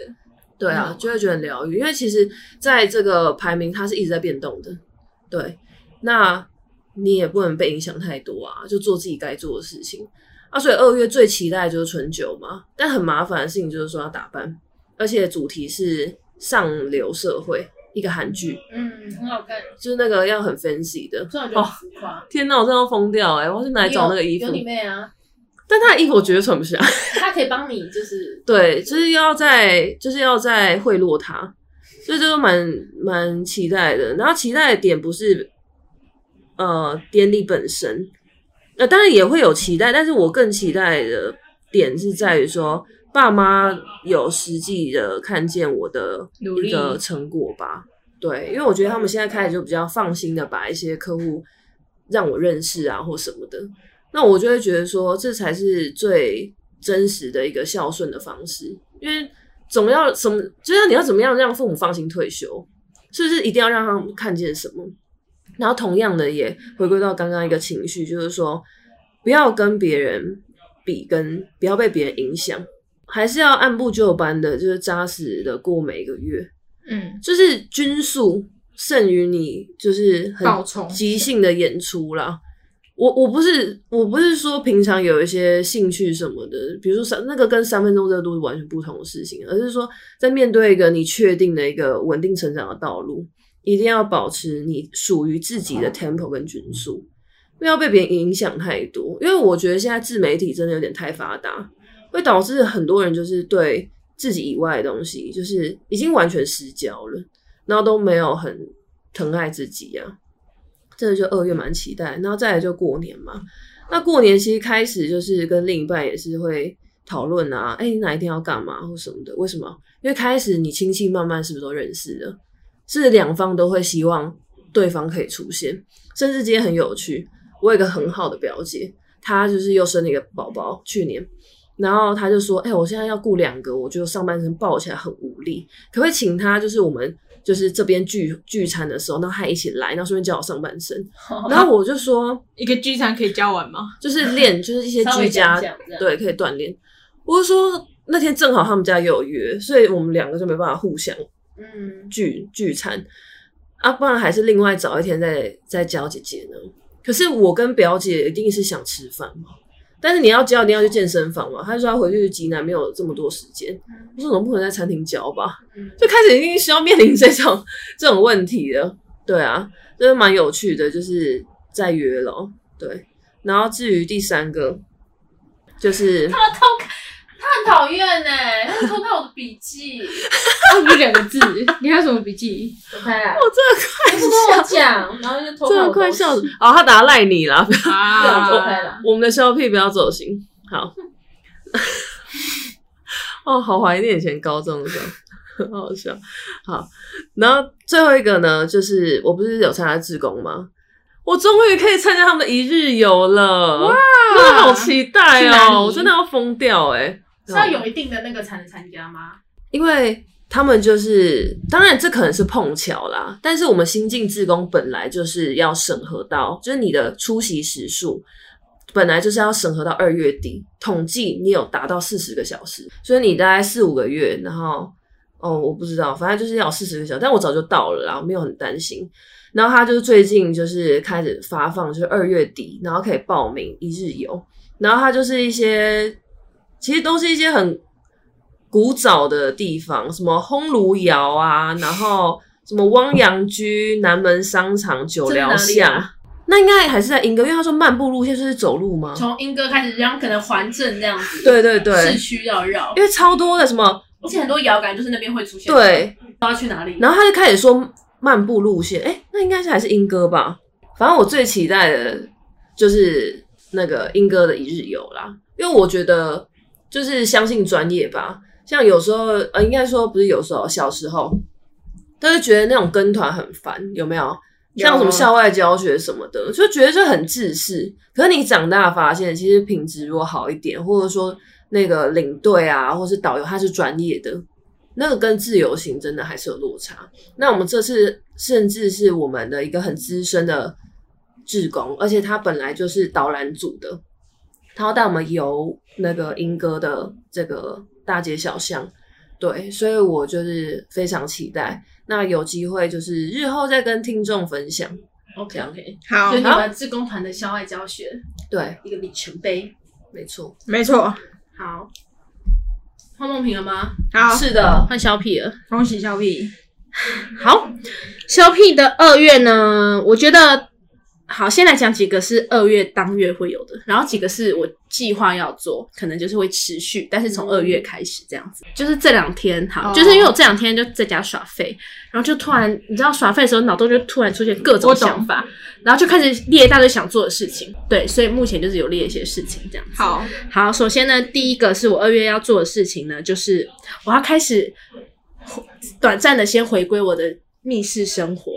B: 对啊，
C: 嗯
B: 就会觉得很疗愈，因为其实在这个排名它是一直在变动的，对，那你也不能被影响太多啊，就做自己该做的事情啊。所以二月最期待的就是春酒嘛，但很麻烦的事情就是说要打扮，而且主题是上流社会一个韩剧，
D: 嗯，很好看，
B: 就是那个要很 fancy 的。
D: 虽然我觉得很浮夸。
B: 天哪，我真的要疯掉哎、我要去哪里哦找那个衣服
D: 有？有你妹啊！
B: 但他的衣服我绝对穿不下。
D: 他可以帮你，就是
B: 对，就是要在就是要在贿赂他，所以这个蛮蛮期待的。然后期待的点不是呃典礼本身，呃当然也会有期待，但是我更期待的点是在于说爸妈有实际的看见我的
C: 努
B: 一个
C: 力
B: 成果吧。对，因为我觉得他们现在开始就比较放心的把一些客户让我认识啊或什么的，那我就会觉得说，这才是最真实的一个孝顺的方式，因为总要什么，就是你要怎么样让父母放心退休，是不是一定要让他们看见什么？然后同样的也回归到刚刚一个情绪，就是说不要跟别人比，跟不要被别人影响，还是要按部就班的，就是扎实的过每一个月，
C: 嗯，
B: 就是均速胜于你就是很
C: 爆冲
B: 即兴的演出啦。我我不是我不是说平常有一些兴趣什么的，比如说三那个跟三分钟热度是完全不同的事情，而是说在面对一个你确定的一个稳定成长的道路，一定要保持你属于自己的 tempo 跟均速，不要被别人影响太多。因为我觉得现在自媒体真的有点太发达，会导致很多人就是对自己以外的东西，就是已经完全失焦了，然后都没有很疼爱自己呀、啊。这个就二月蛮期待，然后再来就过年嘛。那过年其实开始就是跟另一半也是会讨论啊，哎、你哪一天要干嘛或什么的？为什么？因为开始你亲戚慢慢是不是都认识了，是两方都会希望对方可以出现。甚至今天很有趣，我有一个很好的表姐，她就是又生了一个宝宝，去年，然后她就说：“哎、我现在要顾两个，我就上半身抱起来很无力，可不可以请她？就是我们就是这边聚聚餐的时候，然后她一起来，然后顺便教我上半 身。”然后我就说
C: 一个聚餐可以教完吗？：“
B: 就是练，就是一 些
D: 稍微
B: 居家
D: 讲讲这样
B: 对，可以锻炼。”我就说那天正好他们家也有约，所以我们两个就没办法互相
D: 嗯，
B: 聚聚餐啊，不然还是另外找一天再再教姐姐呢。可是我跟表姐一定是想吃饭嘛，但是你要教一定要去健身房嘛。她说她回去济南没有这么多时间，我说总不可能在餐厅教吧
D: 嗯，
B: 就开始一定是要面临这种 这种问题了。对啊，就是蛮有趣的，就是在约咯。对，然后至于第三个，就是
D: 他很讨厌呢，他很偷看我的笔 记，
E: 啊
C: 哦，不就两个字？你还有什么笔记？
D: 我看来我这不跟我讲，然后就偷
B: 啊真
D: 看
B: 的
D: 我
B: 快笑死哦，他打赖你啦，
D: 啊，
B: 我
D: 偷看了，
B: 我们的消屁不要走心。好， 哦，好怀念以前高中的时候， 很好笑。好，然后最后一个呢，就是我不是有参加志工吗？我终于可以参加他们的一日游了，哇，真的好期待
C: 去哪里
B: 哦！我真的要疯掉哎、
D: 是要有一定的那个才能参加吗？
B: 因为他们就是，当然这可能是碰巧啦，但是我们新进志工本来就是要审核到，就是你的出席时数。本来就是要审核到二月底，统计你有达到四十个小时，所以你大概四五个月，然后哦，我不知道，反正就是要四十个小时，但我早就到了啦，我没有很担心。然后他就是最近就是开始发放，就是二月底，然后可以报名一日游，然后它就是一些，其实都是一些很古早的地方，什么烘炉窑啊，然后什么汪洋居、南门商场、九寮
D: 这是哪
B: 巷，
D: 里啊
B: 那应该还是在英哥，因为他说漫步路线就是走路吗？
D: 从英歌开始，然后可能环镇这样子，
B: 对对嗯对
D: 市，区要绕，
B: 因为超多的什么
D: 而且很多遥感就是那边会出现，，
B: 对，
D: 不知道去哪里，
B: 然后他就开始说漫步路线，哎、那应该是还是英歌吧。反正我最期待的就是那个英歌的一日游啦，因为我觉得就是相信专业吧。像有时候，呃，应该说不是有时候，小时候都会觉得那种跟团很烦，有没有？
C: 有
B: 像什么校外教学什么的，就觉得这很自私。可是你长大发现，其实品质如果好一点，或者说那个领队啊，或是导游他是专业的，那个跟自由行真的还是有落差。那我们这次甚至是我们的一个很资深的志工，而且他本来就是导览组的，他要带我们游那个英歌的这个大街小巷，对，所以我就是非常期待。那有机会就是日后再跟听众分享，
D: ，OK OK，
C: 好
D: 就你们志工团的校外教学
B: 对，
D: 一个里程碑，
B: 没错，
C: 没错，
D: 好，换梦萍了吗？
C: 好，
B: 是的，
A: 换小屁了。
C: 恭喜小 P。
A: 好，肖屁的二月呢，我觉得好，先来讲几个是二月当月会有的，然后几个是我计划要做，可能就是会持续，但是从二月开始这样子。就是这两天，好，
C: 哦
A: 就是因为我这两天就在家耍废，然后就突然，你知道耍废的时候，脑中就突然出现各种
C: 我懂
A: 想法，然后就开始列一大堆想做的事情。对，所以目前就是有列一些事情这样子。
C: 好，
A: 好，首先呢，第一个是我二月要做的事情呢，就是我要开始回短暂的先回归我的密室生活。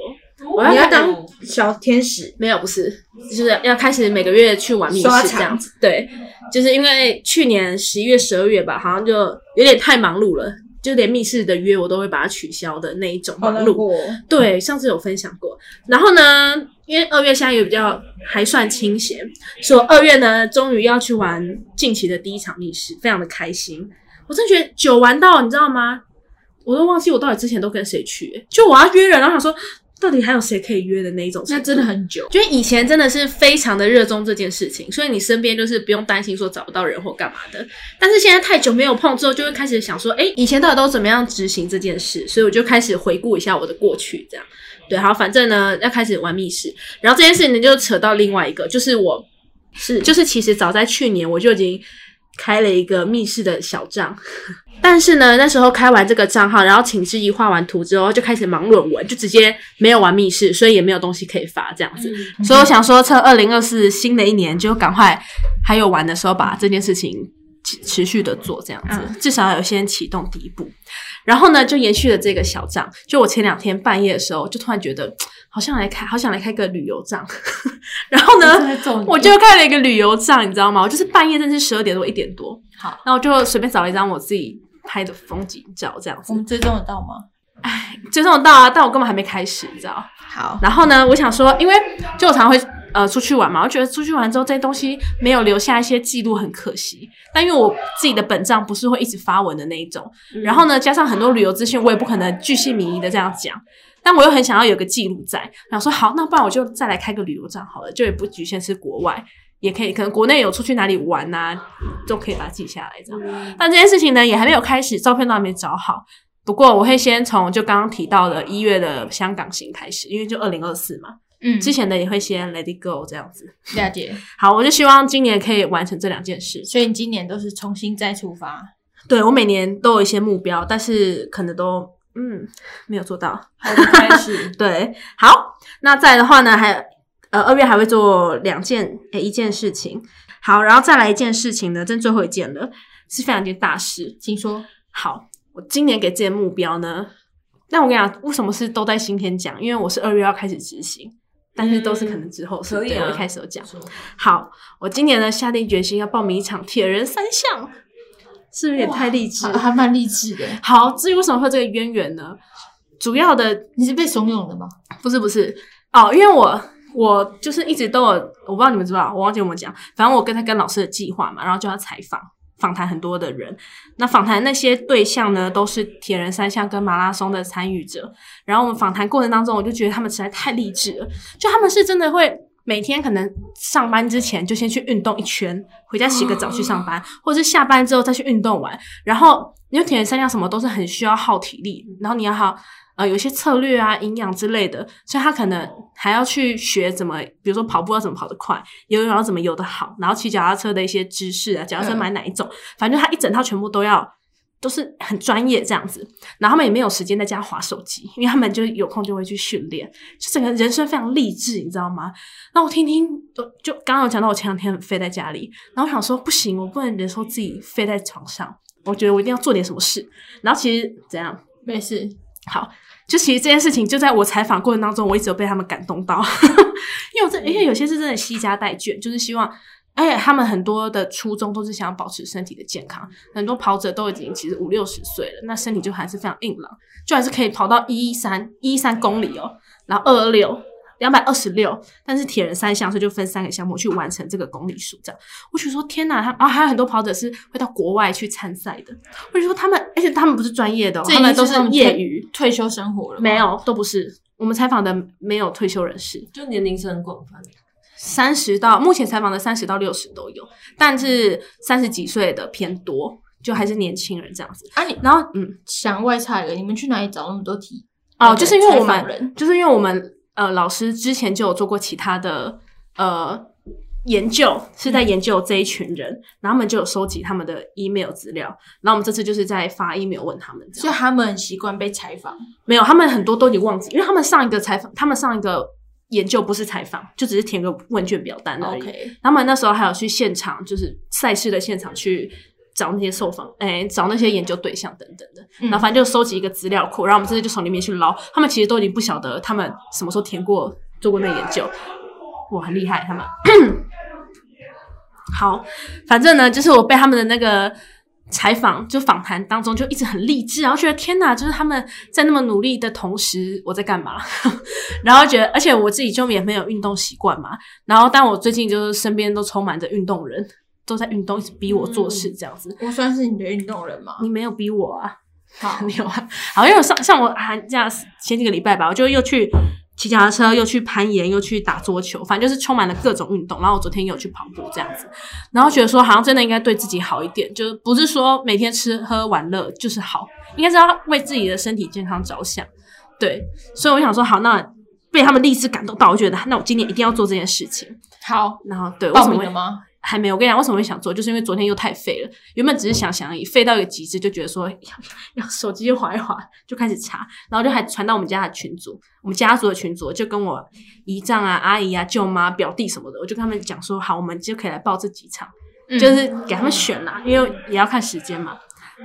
A: 我
C: 你要
A: 要
C: 当小天使，
A: 没有，不是，就是要开始每个月去玩密
C: 刷
A: 室
C: 墙
A: 这样子。对，就是因为去年十一月、十二月吧，好像就有点太忙碌了，就连密室的约我都会把它取消的那一
C: 哦
A: 种忙碌。
C: 过。嗯
A: 对，上次有分享过。然后呢，因为二月现在也比较还算清闲，所以我二月呢，终于要去玩近期的第一场密室，非常的开心。我真觉得久玩到，你知道吗？我都忘记我到底之前都跟谁去、欸就我要约人，然后想说到底还有谁可以约的那一种程度。
C: 那真的很久，
A: 就以前真的是非常的热衷这件事情，所以你身边就是不用担心说找不到人或干嘛的。但是现在太久没有碰之后，就会开始想说，哎、以前到底都怎么样执行这件事？所以我就开始回顾一下我的过去，这样。对，好，反正呢要开始玩密室，然后这件事情就扯到另外一个，就是我是就是其实早在去年我就已经开了一个密室的小账。 但是呢，那时候开完这个账号，然后请志毅画完图之后，就开始忙论文，就直接没有玩密室，所以也没有东西可以发这样子。所以我想说，趁二零二四新的一年，就赶快还有玩的时候，把这件事情持持续的做这样子，至少要有先启动第一步。然后呢，就延续了这个小账。就我前两天半夜的时候，就突然觉得好想来开，好想来开个旅游账。 然后呢，我就开了一个旅游账，你知道吗？我就是半夜，真是十二点多一点多。
E: 好，
A: 然后我就随便找了一张我自己拍的风景照，这样
E: 我
A: 子
E: 们追踪得到吗？
A: 追踪得到啊。但我根本还没开始，你知道？
C: 好，
A: 然后呢，我想说，因为就我常常会呃出去玩嘛，我觉得出去玩之后这些东西没有留下一些记录很可惜。但因为我自己的本账不是会一直发文的那一种，然后呢，加上很多旅游资讯，我也不可能巨细靡遗的这样讲。但我又很想要有个记录在，想说好，那不然我就再来开个旅游账好了，就也不局限是国外，也可以可能国内有出去哪里玩啊，都可以把它记下来这样。但这件事情呢，也还没有开始，照片都还没找好。不过我会先从就刚刚提到的一月的香港行开始，因为就二零二四嘛，
E: 嗯
A: 之前的也会先 let it go 这样子。
E: 了解。
A: 好，我就希望今年可以完成这两件事。
E: 所以你今年都是重新再出发，
A: 对我每年都有一些目标，但是可能都嗯没有做到。
E: 好的开始
A: 对，好，那再来的话呢，还有呃二月还会做两件诶、一件事情。好，然后再来一件事情呢，这是最后一件了，是非常一件大事。
E: 请说。
A: 好，我今年给自己的目标呢，那我跟你讲，为什么是都在今天讲？因为我是二月要开始执行，但是都是可
E: 嗯
A: 能之后，所
B: 可以
A: 对
B: 啊
A: 我一开始有讲。好，我今年呢下定决心要报名一场铁人三项，是不是有点太励志
E: 还？还蛮励志的，
A: 好，至于为什么会有这个渊源呢？主要的
E: 你是被怂恿的吗？
A: 不是不是哦，因为我我就是一直都有，我不知道你们知不知道，我忘记我们讲，反正我跟他跟老师的计划嘛，然后就要采访访谈很多的人，那访谈那些对象呢都是铁人三项跟马拉松的参与者，然后我们访谈过程当中，我就觉得他们实在太励志了，就他们是真的会。每天可能上班之前就先去运动一圈，回家洗个澡去上班，或者是下班之后再去运动完，然后因为铁人三项什么都是很需要耗体力，然后你要好呃有一些策略啊、营养之类的，所以他可能还要去学怎么，比如说跑步要怎么跑得快，游泳要怎么游得好，然后骑脚踏车的一些知识啊，脚踏车买哪一种，反正他一整套全部都要。都是很专业这样子，然后他们也没有时间在家划手机，因为他们就是有空就会去训练，就整个人生非常励志，你知道吗？那我听听，就就刚刚有讲到我前两天很废在家里，然后我想说不行，我不能忍受自己废在床上，我觉得我一定要做点什么事。然后其实怎样，
E: 没事，
A: 就其实这件事情就在我采访过程当中，我一直有被他们感动到， 因为我这因为有些是真的惜家带眷，就是希望。而且他们很多的初衷都是想要保持身体的健康，很多跑者都已经其实五六十岁了，那身体就还是非常硬朗，就还是可以跑到一三一三公里哦，然后二二六两百二十六，但是铁人三项，所以就分三个项目去完成这个公里数，这样我觉得说天哪，他啊还有很多跑者是会到国外去参赛的，我就说他们，而且他们不是专业的、哦，
E: 这已经
A: 们都
E: 是他们
A: 业余，
E: 退休生活了吗
A: 没，有，都不是。我们采访的没有退休人士，
B: 就年龄层很广泛。
A: 三十到目前采访的三十到六十都有，但是三十几岁的偏多，就还是年轻人这样子。
E: 啊你
A: 然后，嗯，
E: 想外差一个，你们去哪里找那么多题？
A: 哦，就是因为我
E: 采访人
A: 们，就是因为我们呃，老师之前就有做过其他的呃研究，是
E: 嗯
A: 在研究这一群人，然后他们就有收集他们的 email 资料，然后我们这次就是在发 email 问他们这样，
E: 所以他们很习惯被采访，
A: 没有，他们很多都已经忘记，因为他们上一个采访，他们上一个研究不是采访，就只是填个问卷表单
C: 哦
A: 而已。
E: OK
A: 他们那时候还有去现场，就是赛事的现场去找那些受访，哎、找那些研究对象等等的。
E: 嗯
A: 然后反正就收集一个资料库，然后我们这次就从里面去捞。他们其实都已经不晓得他们什么时候填过、做过那个研究。哇，很厉害他们。 好，反正呢，就是我被他们的那个采访就访谈当中就一直很励志，然后觉得天哪，就是他们在那么努力的同时，我在干嘛？ 然后觉得，而且我自己就也没有运动习惯嘛，然后但我最近就是身边都充满着运动人，都在运动，一直逼我做事这样子。
E: 我算是你的运动人吗？
A: 你没有逼我啊，
E: 好，
A: 没有啊。好，因为我上像我寒假前几个礼拜吧，我就又去骑脚踏车，又去攀岩，又去打桌球，反正就是充满了各种运动。然后我昨天也有去跑步这样子，然后觉得说好像真的应该对自己好一点，就是不是说每天吃喝玩乐就是好，应该是要为自己的身体健康着想。对，所以我想说，好，那被他们励志感动到，我觉得那我今年一定要做这件事情。
E: 好，
A: 然后对，为
E: 报
A: 什么
E: 名
A: 会
E: 了吗？
A: 还没有，我跟你讲，为什么会想做，就是因为昨天又太废了。原本只是想想而已，废到一个极致，就觉得说要要手机就划一划，就开始查，然后就还传到我们家的群组，我们家族的群组，就跟我姨丈啊、阿姨啊、舅妈、表弟什么的，我就跟他们讲说，好，我们就可以来报这几场
E: 嗯
A: 就是给他们选啦，因为也要看时间嘛。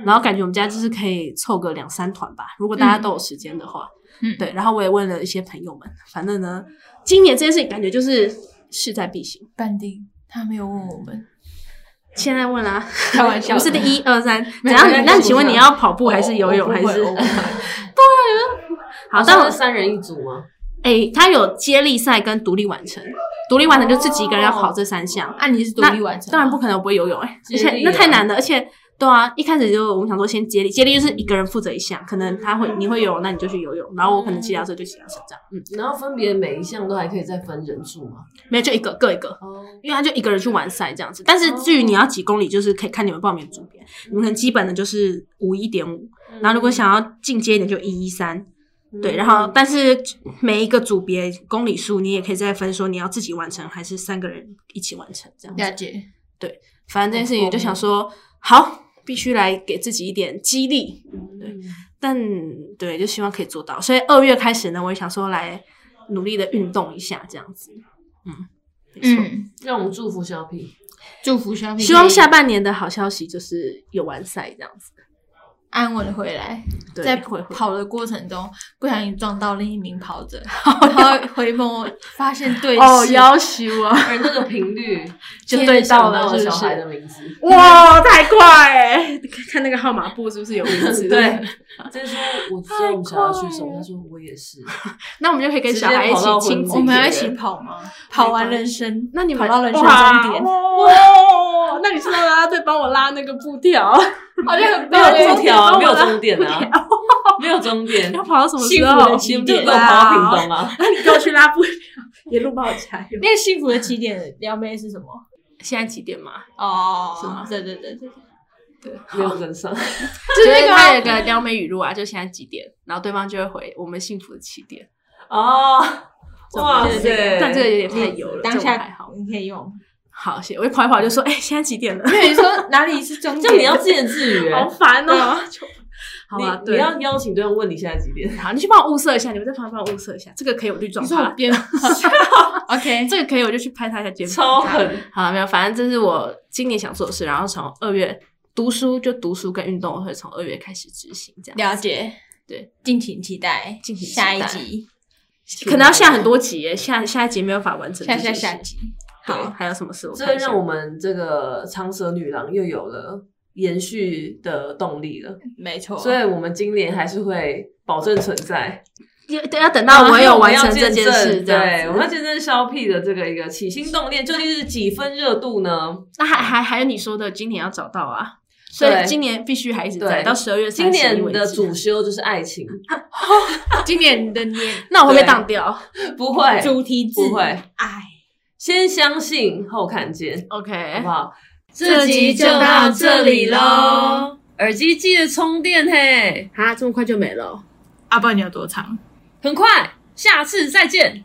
A: 然后感觉我们家就是可以凑个两三团吧，如果大家都有时间的话。
E: 嗯
A: 对。然后我也问了一些朋友们，反正呢，今年这件事情感觉就是势在必行。
E: 淡定，他没有问我们，
A: 现在问啦、
E: 开玩
A: 我
E: 笑
A: 们
E: 的，
A: 是第一二三，
E: 没
A: 怎
E: 有
A: 样
E: 没有？
A: 那
E: 没有
A: 请问
E: 没有
A: 你要跑步
E: 我
A: 还是游泳
E: 我
A: 还
E: 不会
A: 是？
E: 我不 会
A: 好，但
B: 但
A: 我
B: 是三人一组啊吗？
A: 哎，他有接力赛跟独立完成，独立完成就自己一个人要跑这三项。
E: 啊，你是独立完成吗，
A: 当然不可能，我不会游泳
E: 哦
A: 哎、
B: 接
A: 而且
B: 力
A: 那
B: 啊
A: 太难了，而且对啊，一开始就我们想说先接力，接力就是一个人负责一项，可能他会你会游泳，那你就去游泳，然后我可能骑脚车就骑脚车这样，嗯，
B: 然后分别每一项都还可以再分人数吗？
A: 没有就一个各一个，
B: 哦，
A: 因为他就一个人去完赛这样子。但是至于你要几公里，就是可以看你们报名的组别，你们可能基本的就是五一点五，然后如果想要进阶一点就一一三。
B: 嗯
A: 对，然后但是每一个组别公里数，你也可以再分说你要自己完成还是三个人一起完成这样子。
E: 了解，
A: 反正这件事情就想说，好，必须来给自己一点激励。
B: 嗯
A: 对，但对，就希望可以做到。所以二月开始呢，我也想说来努力的运动一下，这样子。嗯，没错。
E: 嗯，
B: 让我们祝福小 品。
E: 祝福小品，
A: 希望下半年的好消息就是有完赛这样子。
E: 安稳地回来，
A: 对，
E: 在
A: 会会
E: 跑的过程中不小心撞到另一名跑 者，然后回眸发现对
A: 哦，
E: 视，
A: 要求啊，
B: 而那个频率
A: 就
B: 天
A: 对
B: 天想
A: 到了是
B: 小
A: 不
B: 孩
A: 是
B: 的名字。
A: 哇，太快哎！ 看那个号码布是不是 有名 字？
B: 对，，这说我知道我们小孩去什么，他说我也 是。
A: 那我们就可以跟小孩一
B: 直接跑到
A: 起亲
B: 昏迷
A: 子
E: 我们要
A: 节
E: 一起跑吗？跑完人生，
A: 那你们啊
E: 跑到人生终点，
A: 哇！那你是不是要拉队帮我拉那个布 条？
E: 好像很
B: 没
E: 棒
B: 有
E: 欸
B: 终点啊，没有
A: 终
B: 终点啊， 没有终点。
A: 要跑到什么
B: 幸
A: 时
B: 福
A: 候
B: 的？起点，
A: 对
B: 要跑
A: 啊
B: 到屏东啊！
A: 那你给我去拉 布条，一路帮我加油。
E: 那个幸福的起点，撩妹是什么？
A: 现在几点嘛？
E: 哦，
A: 是吗
E: 对对对对，
B: 没有跟上，
A: 就是那个他有个撩妹语录啊，就现在几点，然后对方就会回我们幸福的起点。
B: 哦，哇
A: 就是这
B: 塞！
A: 个但这个有点太油了，
E: 当
A: 这我还
E: 下
A: 好。
E: 你可以用，
A: 好，谢谢我一跑一跑就说，哎，现在几点了？
E: 因为你说哪里是终点，
B: 这 样你要自言自语欸，
A: 好烦哦。就好吧，
B: 你你
A: 对。
B: 要邀啊请对方问你现在几点？
A: 好，你去帮我物色一下，你们在旁边帮我物色一下，这个可以我就去撞
E: 你说我
A: 他，
E: 边，OK，
A: 这个可以我就去拍他一下肩膀。
B: 超 狠，
A: 好了，没有，反正这是我今年想做的事。然后从二月读书就读书跟运动，我会从二月开始执行，这 样
E: 了解，
A: 对，
E: 敬请期待，
A: 敬请期
E: 下一
A: 待
E: 集，
A: 可能要下很多集耶，下下一集没有办法完成
E: 下下
A: 这件事。
E: 下集，
A: 对
E: 好，
A: 还有什么事我
B: 这
A: 看一下？
B: 让我们这个长舌女郎又有了延续的动力了，
E: 没错，
B: 所以我们今年还是会保证存在。
A: 要要等到我 有完成这件事，这样
B: 对，
A: 子
B: 我们要见证肖屁的这个一个起心动念，究竟是几分热度呢？
A: 那还还还有你说的，今年要找到啊，所以
B: 对
A: 今年必须还一直
B: 对
A: 在到十二月三
B: 今
A: 十
B: 年 的主修就是爱情，
E: 今年的年
A: 那我会被
B: 对
A: 当掉。
B: 不会，
E: 主题字
B: 不会，
E: 爱，
B: 先相信后看见，好
A: OK，
B: 不好？
A: 哎这集就到这里咯，
B: 耳机记得充电嘿，
A: 啊，这么快就没了哦。
E: 阿爸你有多长？
B: 很快，下次再见。